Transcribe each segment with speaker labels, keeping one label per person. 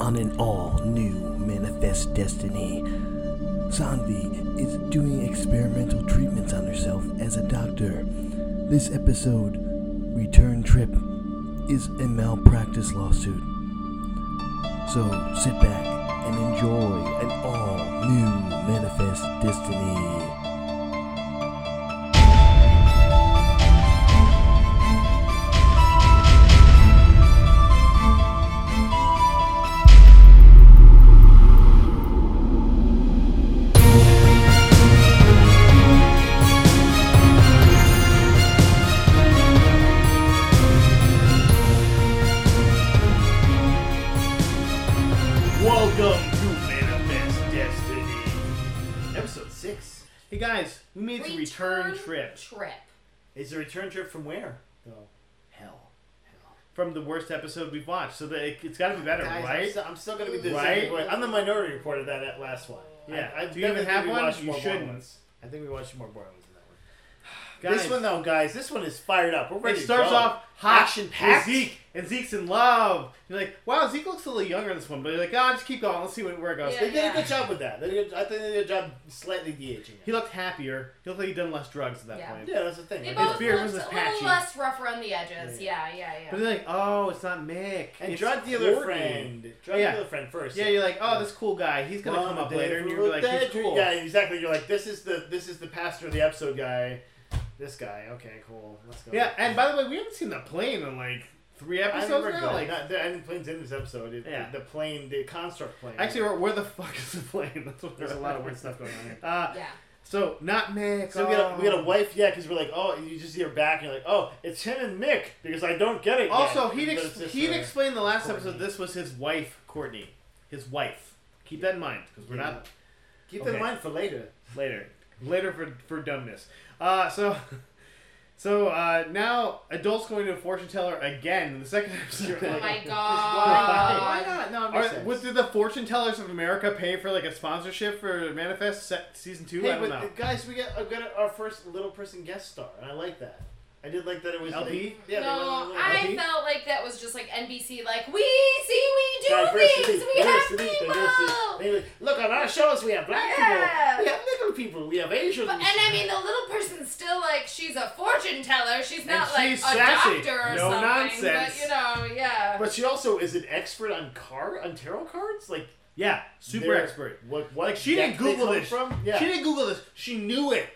Speaker 1: on an all new Manifest Destiny. Sanvi is doing experimental treatments on herself as a doctor. This episode, Return Trip, is a malpractice lawsuit. So sit back and enjoy an all new Manifest Destiny.
Speaker 2: Welcome to Manifest Destiny, episode six. Hey guys, we made the return trip.
Speaker 3: Trip.
Speaker 2: It's a return trip from where? Though, hell,
Speaker 3: Hell.
Speaker 2: from the worst episode we've watched. So that it, it's got to be better,
Speaker 4: Guys, I'm,
Speaker 2: right?
Speaker 4: still, I'm still gonna be the
Speaker 2: Right?
Speaker 4: same way. I'm the minority reporter that at last one.
Speaker 2: Yeah.
Speaker 4: I, I
Speaker 2: Do you
Speaker 4: definitely
Speaker 2: even have
Speaker 4: think we
Speaker 2: one?
Speaker 4: watched
Speaker 2: You
Speaker 4: more boring
Speaker 2: shouldn't.
Speaker 4: ones. I think we watched more boring ones than that one.
Speaker 2: Guys,
Speaker 4: This one though, guys, this one is fired up. We're ready.
Speaker 2: It starts
Speaker 4: to go.
Speaker 2: off hot
Speaker 4: action
Speaker 2: with
Speaker 4: packed.
Speaker 2: Zeke, and Zeke's in love. You're like, wow, Zeke looks a little younger in this one, but you're like, ah, just keep going. Let's see where it goes.
Speaker 3: Yeah.
Speaker 4: They did a good job with that. They did, I think they did a job slightly de-aging
Speaker 2: He
Speaker 4: it.
Speaker 2: looked happier. He looked like he'd done less drugs at that
Speaker 3: Yeah.
Speaker 2: point.
Speaker 4: Yeah, that's the thing.
Speaker 3: They
Speaker 4: Like,
Speaker 3: both
Speaker 2: beard
Speaker 3: looked
Speaker 2: was
Speaker 3: a
Speaker 2: patchy.
Speaker 3: little less rough around the edges. Yeah, yeah, yeah.
Speaker 2: But they're like, oh, it's not Mick.
Speaker 4: and
Speaker 2: it's
Speaker 4: drug dealer
Speaker 2: Courtney.
Speaker 4: friend, drug
Speaker 2: Yeah.
Speaker 4: dealer friend first.
Speaker 2: Yeah, you're like, oh, this cool guy. He's gonna come up later, and you're like, he's cool.
Speaker 4: Yeah, exactly. You're like, this is the this is the pastor of the episode guy. This guy. Okay, cool. Let's go.
Speaker 2: Yeah, and by the way, we haven't seen the plane in like three
Speaker 4: I
Speaker 2: episodes
Speaker 4: remember
Speaker 2: now.
Speaker 4: good.
Speaker 2: Like,
Speaker 4: Not- the, and the plane's in this episode. It,
Speaker 2: Yeah.
Speaker 4: the, the plane, the construct plane.
Speaker 2: actually, where, where the fuck is the plane? That's what
Speaker 4: there's a lot of weird stuff going on here.
Speaker 2: Uh,
Speaker 3: yeah.
Speaker 2: so not Mick. Um,
Speaker 4: So we got, a, we got a wife, yeah, because we're like, oh, you just see her back, and you're like, oh, it's him and Mick, because I don't get it. yet.
Speaker 2: Also, he'd
Speaker 4: But
Speaker 2: ex-
Speaker 4: it's just,
Speaker 2: he'd
Speaker 4: uh,
Speaker 2: explained the last
Speaker 4: Courtney.
Speaker 2: episode. This was his wife, Courtney. His wife. Keep that in mind because we're
Speaker 4: Yeah.
Speaker 2: not
Speaker 4: keep that
Speaker 2: okay.
Speaker 4: in mind for later.
Speaker 2: later later for for dumbness. Uh, so. So uh, now adults going to a fortune teller again in the second episode.
Speaker 4: Oh my
Speaker 3: Oh my
Speaker 4: Why
Speaker 3: god.
Speaker 4: not? No, it makes
Speaker 2: Are,
Speaker 4: sense.
Speaker 2: what, did the fortune tellers of America pay for like a sponsorship for Manifest se- season two? I
Speaker 4: hey,
Speaker 2: don't
Speaker 4: but uh,
Speaker 2: know.
Speaker 4: guys, we got, I got our first little person guest star, and I like that. I did like that it was
Speaker 2: LP?
Speaker 4: like- yeah, they went on a
Speaker 3: no,
Speaker 4: little-
Speaker 3: I
Speaker 2: LP?
Speaker 3: felt like that was just like NBC, like, we see we do
Speaker 4: Diversity,
Speaker 3: things, we have
Speaker 4: diversity,
Speaker 3: people.
Speaker 4: diversity. They like, Look, on our shows, we have black
Speaker 3: Yeah.
Speaker 4: people, we have little people, we have Asians.
Speaker 3: But, and I mean, the little person's still like, she's a fortune teller. She's not like
Speaker 2: she's
Speaker 3: a
Speaker 2: sassy.
Speaker 3: doctor or
Speaker 2: No
Speaker 3: something.
Speaker 2: nonsense.
Speaker 3: But, you know, yeah.
Speaker 4: But she also is an expert on car on tarot cards, like
Speaker 2: yeah, super
Speaker 4: they're-
Speaker 2: expert.
Speaker 4: What? What?
Speaker 2: Like she didn't
Speaker 4: deck they
Speaker 2: Google
Speaker 4: come
Speaker 2: this.
Speaker 4: From? Yeah.
Speaker 2: She didn't Google this. She knew it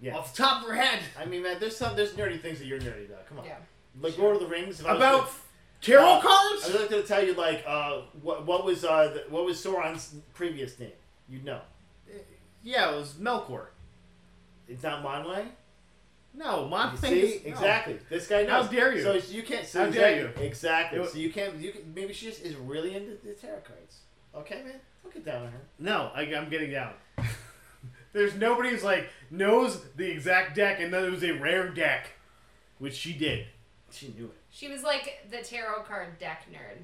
Speaker 4: Yeah.
Speaker 2: off the top of her head
Speaker 4: I mean, man, there's some there's nerdy things that you're nerdy about. Come on.
Speaker 3: Yeah.
Speaker 4: Like Lord of the Rings. If I was
Speaker 2: about
Speaker 4: to-
Speaker 2: tarot
Speaker 4: Uh, I was
Speaker 2: cards.
Speaker 4: like to tell you like uh what what was uh the, what was Sauron's previous name? You'd know.
Speaker 2: Yeah, it was Melkor.
Speaker 4: It's not Monway.
Speaker 2: No, Monty.
Speaker 4: You see exactly. This guy
Speaker 2: How
Speaker 4: knows.
Speaker 2: dare you.
Speaker 4: So you can't. So
Speaker 2: How dare
Speaker 4: exactly- Exactly.
Speaker 2: It-
Speaker 4: so you can't. You can, maybe she just is really into the tarot cards. Okay, man. Don't get down on her.
Speaker 2: No, I, I'm getting down. There's nobody who's like knows the exact deck, and then it was a rare deck, which she did.
Speaker 4: She knew it.
Speaker 3: she was like the tarot card deck nerd.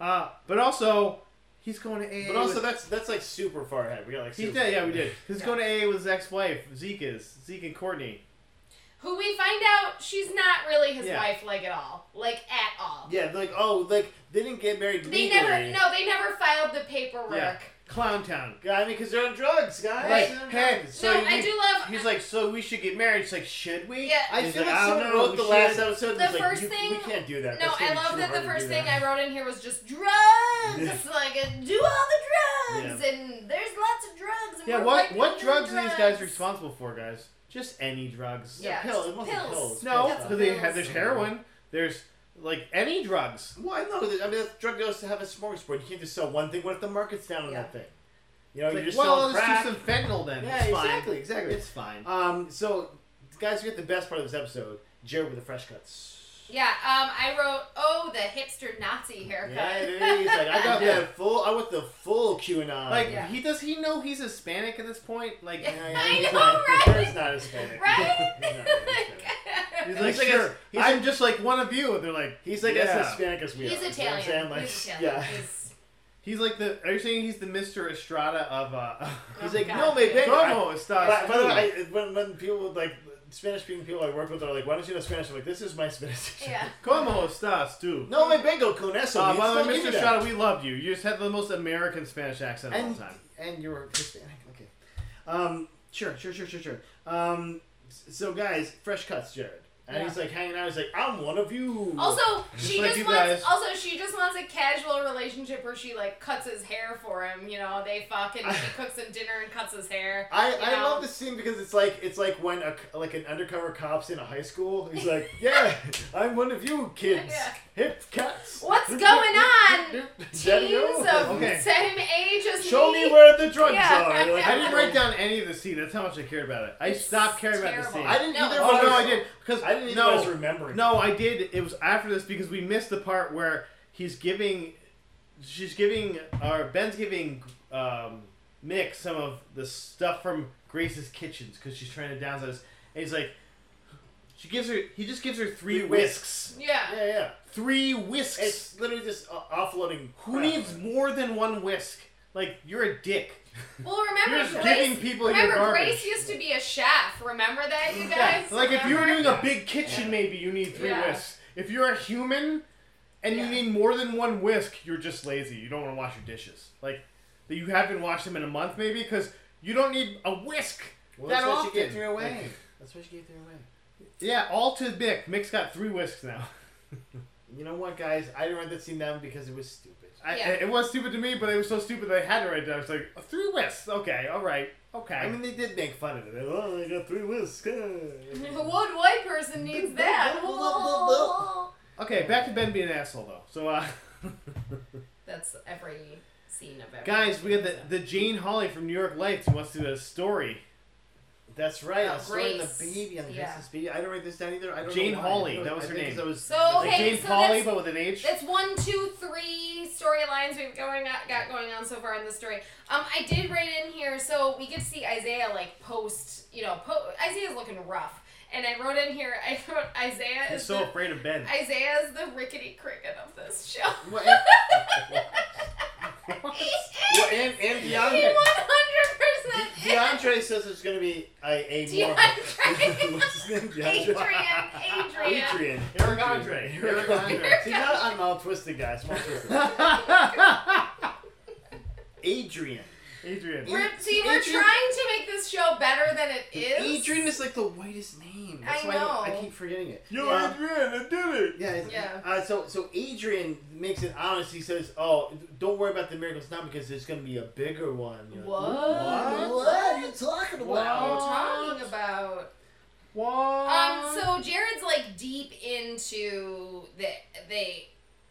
Speaker 2: Uh, but also, he's going to AA.
Speaker 4: But also,
Speaker 2: with-
Speaker 4: that's that's like super far ahead. We got like.
Speaker 2: he's
Speaker 4: super
Speaker 2: dead. Yeah, we did. He's going to AA with his ex-wife Zeke is Zeke and Courtney.
Speaker 3: Who we find out she's not really his
Speaker 2: Yeah.
Speaker 3: wife, like at all, like at all.
Speaker 4: Yeah, like oh, like they didn't get married
Speaker 3: They
Speaker 4: legally.
Speaker 3: never, no, they never filed the paperwork.
Speaker 2: Yeah, Clown Town.
Speaker 4: I mean, because they're on drugs, guys.
Speaker 2: Like,
Speaker 4: They're on
Speaker 2: hey,
Speaker 4: drugs.
Speaker 2: so
Speaker 3: no,
Speaker 2: you-
Speaker 3: I do love.
Speaker 2: He's like, so we should get married. It's like, should we?
Speaker 3: Yeah.
Speaker 4: I
Speaker 2: He's
Speaker 4: feel like,
Speaker 2: I don't
Speaker 4: someone
Speaker 2: know,
Speaker 4: wrote
Speaker 2: we
Speaker 4: the
Speaker 2: should.
Speaker 4: last episode. and
Speaker 3: The
Speaker 4: was like,
Speaker 3: first
Speaker 4: you-
Speaker 3: thing-
Speaker 4: we can't do that.
Speaker 3: no,
Speaker 4: That's
Speaker 3: I
Speaker 4: gonna be
Speaker 3: love
Speaker 4: too
Speaker 3: that
Speaker 4: hard
Speaker 3: the
Speaker 4: to
Speaker 3: first
Speaker 4: do
Speaker 3: thing
Speaker 4: that.
Speaker 3: I wrote in here was just drugs. like, uh, do all the drugs, and there's lots of drugs. And
Speaker 2: Yeah.
Speaker 3: we're
Speaker 2: What
Speaker 3: fighting
Speaker 2: what
Speaker 3: the
Speaker 2: drugs are these guys
Speaker 3: drugs.
Speaker 2: responsible for, guys? Just any drugs.
Speaker 3: Yeah,
Speaker 4: pill-
Speaker 3: just
Speaker 4: it must be
Speaker 3: pills.
Speaker 4: pills.
Speaker 2: No,
Speaker 3: That's
Speaker 2: because they
Speaker 3: pills.
Speaker 2: have there's heroin. There's like any drugs.
Speaker 4: Well, I know. that- I mean, that's drug dealers to have a smorgasbord. You can't just sell one thing. What if the market's down on
Speaker 3: Yeah.
Speaker 4: that thing? You know, you're
Speaker 2: It's like,
Speaker 4: just
Speaker 2: well,
Speaker 4: selling
Speaker 2: let's
Speaker 4: crack.
Speaker 2: do some fentanyl then.
Speaker 4: yeah,
Speaker 2: it's
Speaker 4: exactly,
Speaker 2: Fine.
Speaker 4: exactly.
Speaker 2: It's fine.
Speaker 4: Um, so guys, we get the best part of this episode. Jared with the fresh cuts.
Speaker 3: Yeah, um, I wrote, oh, the hipster Nazi haircut.
Speaker 4: Yeah, dude, he's like, I got
Speaker 2: Yeah.
Speaker 4: that full. I want the full QAnon.
Speaker 2: like
Speaker 3: Yeah.
Speaker 2: he does. He know he's Hispanic at this point. Like.
Speaker 3: Yeah.
Speaker 4: Yeah,
Speaker 3: I
Speaker 4: he's
Speaker 3: know,
Speaker 4: not-
Speaker 3: right?
Speaker 4: Jared's not Hispanic.
Speaker 3: Right?
Speaker 4: He's not Hispanic.
Speaker 2: He's
Speaker 4: He's
Speaker 2: like,
Speaker 4: like,
Speaker 2: sure.
Speaker 4: "Sure." He's
Speaker 2: I'm just like one of you. And they're like,
Speaker 4: He's like
Speaker 2: Yeah.
Speaker 4: as Hispanic as we
Speaker 3: He's
Speaker 4: are. you know what I'm
Speaker 3: Italian.
Speaker 4: saying? Like,
Speaker 3: He's Italian.
Speaker 4: Yeah.
Speaker 3: He's-
Speaker 2: he's like the. Are you saying he's the Mister Estrada of uh?
Speaker 4: He's
Speaker 3: Oh
Speaker 4: like,
Speaker 3: my
Speaker 4: no,
Speaker 3: God.
Speaker 4: me
Speaker 3: Yeah.
Speaker 4: pego.
Speaker 2: Como estás?
Speaker 4: By, by the
Speaker 2: tú?"
Speaker 4: way, I, when, when people would like Spanish speaking people I work with are like, why don't you know Spanish? I'm like, this is my Spanish.
Speaker 3: Yeah.
Speaker 2: Como estás tú?
Speaker 4: no me vengo con eso.
Speaker 2: Uh,
Speaker 4: means
Speaker 2: by the
Speaker 4: don't
Speaker 2: way,
Speaker 4: give me
Speaker 2: Mr.
Speaker 4: that.
Speaker 2: Shada, we loved you. You just had the most American Spanish accent of all
Speaker 4: and,
Speaker 2: time.
Speaker 4: And you're Hispanic. Okay. Um, sure, sure, sure, sure, sure. Um, s- so guys, fresh cuts, Jared. And he's like hanging out. He's like, I'm one of you.
Speaker 3: Also,
Speaker 2: Just
Speaker 3: she
Speaker 2: like
Speaker 3: just
Speaker 2: you guys.
Speaker 3: wants. Also, she just wants a casual relationship where she like cuts his hair for him. You know, they fuck and she cooks him dinner and cuts his hair.
Speaker 4: I,
Speaker 3: you
Speaker 4: I
Speaker 3: know?
Speaker 4: love this scene because it's like it's like when a c- like an undercover cop's in a high school. He's like, yeah, I'm one of you kids,
Speaker 3: Yeah.
Speaker 4: hip cats.
Speaker 3: What's going on,
Speaker 4: Daddy-o?
Speaker 3: Teens of
Speaker 2: Okay.
Speaker 3: same age as
Speaker 4: Show
Speaker 3: me.
Speaker 4: me where the drugs
Speaker 3: Yeah.
Speaker 4: are. Like,
Speaker 2: I didn't write down any of the scene. That's how much I cared about it. I
Speaker 3: It's
Speaker 2: stopped caring about the
Speaker 3: terrible.
Speaker 2: scene.
Speaker 4: I didn't
Speaker 3: No,
Speaker 4: either.
Speaker 3: it's
Speaker 2: Oh
Speaker 4: but
Speaker 2: no, I did because
Speaker 4: I didn't even
Speaker 2: no,
Speaker 4: was remembering.
Speaker 2: No, I did. It was after this because we missed the part where he's giving, she's giving, or Ben's giving um, Mick some of the stuff from Grace's kitchens because she's trying to downsize. And he's like, she gives her. He just gives her three
Speaker 4: Three
Speaker 2: whisks.
Speaker 3: Yeah.
Speaker 4: Yeah, yeah.
Speaker 2: Three whisks.
Speaker 4: It's literally just uh, offloading.
Speaker 2: Who
Speaker 4: crap.
Speaker 2: needs more than one whisk? Like you're a dick.
Speaker 3: Well,
Speaker 2: You're
Speaker 3: remember
Speaker 2: just
Speaker 3: Grace.
Speaker 2: giving people your
Speaker 3: remember
Speaker 2: garbage.
Speaker 3: Grace used to be a chef. Remember that, you
Speaker 2: Yeah,
Speaker 3: guys.
Speaker 2: Like if you were
Speaker 3: Remember?
Speaker 2: doing a big kitchen, maybe you need three
Speaker 3: Yeah.
Speaker 2: whisks. If you're a human and
Speaker 3: Yeah.
Speaker 2: you need more than one whisk, you're just lazy. You don't want to wash your dishes. Like that you haven't washed them in a month, maybe because you don't need a whisk
Speaker 4: Well,
Speaker 2: that
Speaker 4: that's why
Speaker 2: often.
Speaker 4: she gave three away.
Speaker 2: Like,
Speaker 4: that's why she gave three away.
Speaker 2: yeah, all to Mick. Mick's got three whisks now.
Speaker 4: You know what, guys? I didn't write that scene down because it was stupid.
Speaker 2: I,
Speaker 3: Yeah.
Speaker 2: It was stupid to me, but it was so stupid that I had to write it down. I was like, "Oh, three whisks. Okay, all right, okay.
Speaker 4: I mean, they did make fun of it. They're, Oh, I got three whisks.
Speaker 3: Mm-hmm. What white person needs that?
Speaker 2: okay, back to Ben being an asshole though. So, uh,
Speaker 3: That's every scene of every
Speaker 2: guys, we had the, the Jane Holly from New York Lights who wants to do a story.
Speaker 4: That's right.
Speaker 3: Oh,
Speaker 4: I was throwing the
Speaker 3: Grace.
Speaker 4: baby on the
Speaker 3: Yeah.
Speaker 4: Christmas baby. I didn't write this down either. I don't
Speaker 2: Jane
Speaker 4: know why.
Speaker 2: Hawley,
Speaker 4: I
Speaker 2: that was her
Speaker 4: think 'cause
Speaker 2: name.
Speaker 4: I was-
Speaker 3: So,
Speaker 4: I
Speaker 2: Like
Speaker 4: think-
Speaker 3: Okay,
Speaker 2: Jane
Speaker 3: so
Speaker 2: Pauley,
Speaker 3: that's-
Speaker 2: but with an H.
Speaker 3: That's one, two, three storylines we've going on, got going on so far in the story. Um, I did write in here, so we get to see Isaiah like post, you know, po- Isaiah's looking rough, and I wrote in here, I wrote Isaiah
Speaker 2: He's
Speaker 3: is
Speaker 2: so
Speaker 3: the,
Speaker 2: afraid of Ben.
Speaker 3: Isaiah is the rickety cricket of this show.
Speaker 4: What, and,
Speaker 3: he
Speaker 4: well, and, and
Speaker 3: one
Speaker 4: DeAndre.
Speaker 3: hundred percent.
Speaker 4: DeAndre says it's going to be a, a more.
Speaker 3: DeAndre.
Speaker 4: What's his name?
Speaker 3: Adrian,
Speaker 4: DeAndre.
Speaker 3: Adrian.
Speaker 4: Adrian.
Speaker 2: Eric Andre. Eric Andre.
Speaker 4: See, now I'm all twisted, guys. I'm all twisted. Adrian.
Speaker 2: Adrian.
Speaker 3: We're, see, we're
Speaker 4: E- Adrian-
Speaker 3: trying to make this show better than it is.
Speaker 4: Adrian is like the whitest name.
Speaker 3: I
Speaker 4: That's why I,
Speaker 3: know.
Speaker 4: I keep forgetting it.
Speaker 2: Yo,
Speaker 4: Um,
Speaker 2: Adrian, I did it.
Speaker 4: Yeah. it's-
Speaker 3: Yeah.
Speaker 4: Uh, so so Adrian makes it honest. He says, "Oh, don't worry about the miracles now because there's gonna be a bigger one." You're like,
Speaker 3: What?
Speaker 4: What? What are you talking
Speaker 3: What are
Speaker 4: about?
Speaker 3: you talking about?
Speaker 2: What?
Speaker 3: Um, so Jared's like deep into the they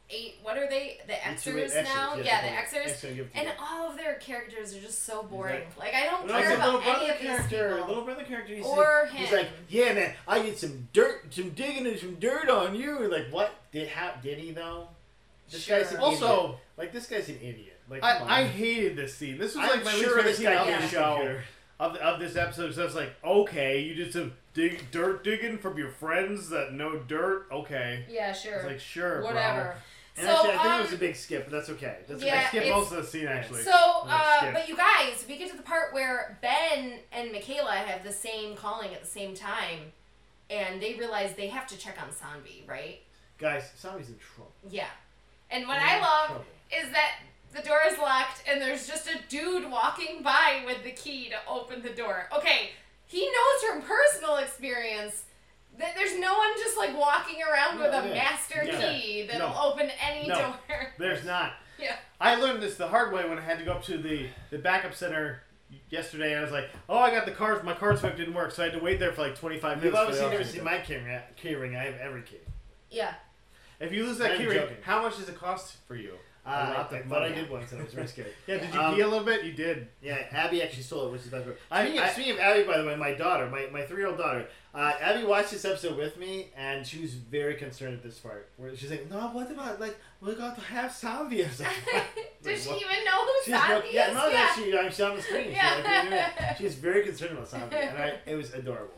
Speaker 3: eight what are they? The
Speaker 4: Into
Speaker 3: Xers
Speaker 4: it,
Speaker 3: now?
Speaker 4: Xers,
Speaker 3: Yeah,
Speaker 4: yeah,
Speaker 3: the Xers.
Speaker 4: Xers, give it to
Speaker 3: And
Speaker 4: them.
Speaker 3: all of their characters are just so boring.
Speaker 4: Exactly.
Speaker 3: Like I don't
Speaker 4: And also
Speaker 3: care
Speaker 4: little
Speaker 3: about any
Speaker 4: brother
Speaker 3: of these
Speaker 4: character,
Speaker 3: people.
Speaker 4: little brother character. He's
Speaker 3: Or
Speaker 4: like, He's
Speaker 3: him.
Speaker 4: like, yeah, man, I did some dirt, some digging and some dirt on you. And like, what did how did he though? This guy's an
Speaker 3: Sure.
Speaker 2: Also-
Speaker 4: idiot. like this guy's an idiot. Like, come on.
Speaker 2: I, I hated this scene. This was
Speaker 4: I'm
Speaker 2: like my
Speaker 4: sure this
Speaker 2: least favorite scene
Speaker 4: guy
Speaker 2: of
Speaker 3: can't
Speaker 2: the
Speaker 3: use
Speaker 2: show.
Speaker 4: computer.
Speaker 2: Of, the, of this episode, so it's like, okay, you did some dig, dirt digging from your friends that know dirt. Okay,
Speaker 3: yeah, sure.
Speaker 2: it's like sure, bro.
Speaker 3: Whatever.
Speaker 4: And
Speaker 3: so
Speaker 4: actually, I think
Speaker 3: um,
Speaker 4: it was a big skip, but that's okay. That's
Speaker 3: Yeah,
Speaker 2: I skipped
Speaker 3: it's-
Speaker 2: most of the scene actually.
Speaker 3: So,
Speaker 2: Let's
Speaker 3: uh,
Speaker 2: skip.
Speaker 3: but you guys, we get to the part where Ben and Michaela have the same calling at the same time, and they realize they have to check on Sanvi, right?
Speaker 4: guys, Sami's in trouble.
Speaker 3: Yeah. And what
Speaker 4: They're
Speaker 3: I
Speaker 4: in
Speaker 3: love
Speaker 4: trouble.
Speaker 3: is that the door is locked and there's just a dude walking by with the key to open the door. Okay, he knows from personal experience that there's no one just like walking around
Speaker 4: No,
Speaker 3: with a
Speaker 4: yeah.
Speaker 3: master
Speaker 2: Yeah.
Speaker 3: key that'll
Speaker 2: No.
Speaker 3: open any
Speaker 2: No.
Speaker 3: door.
Speaker 2: There's not.
Speaker 3: yeah.
Speaker 2: I learned this the hard way when I had to go up to the, the backup center yesterday, and I was like, "Oh, I got the card. My card swipe didn't work, so I had to wait there for like 25 minutes."
Speaker 4: You've
Speaker 2: for
Speaker 4: obviously
Speaker 2: the
Speaker 4: never
Speaker 2: option
Speaker 4: seen
Speaker 2: to-
Speaker 4: my key ring. Key ring. I have every key.
Speaker 3: Yeah.
Speaker 2: If you lose that
Speaker 4: I'm
Speaker 2: key ring,
Speaker 4: joking.
Speaker 2: how much does it cost for you?
Speaker 4: Uh, I,
Speaker 2: lot
Speaker 4: I
Speaker 2: of
Speaker 4: thought I
Speaker 2: money.
Speaker 4: did once, and I was very scared.
Speaker 2: Yeah, did you
Speaker 4: Um,
Speaker 2: pee a little bit? You did.
Speaker 4: Yeah, Abby actually stole it, which is bad for her.
Speaker 2: I-
Speaker 4: Speaking, of,
Speaker 2: I-
Speaker 4: speaking of Abby, by the way, my daughter, my, my three year old daughter, uh, Abby watched this episode with me, and she was very concerned at this part. Where she's like, "No, what about like we got to have zombie or something?"
Speaker 3: Does she
Speaker 4: what?
Speaker 3: even know who
Speaker 4: She's no,
Speaker 3: Sanvi
Speaker 4: yeah,
Speaker 3: is?
Speaker 4: no, that she, I'm, she's on the screen. She's, like,
Speaker 3: Yeah.
Speaker 4: "What are you doing?" she's very concerned about zombie, and I, it was adorable.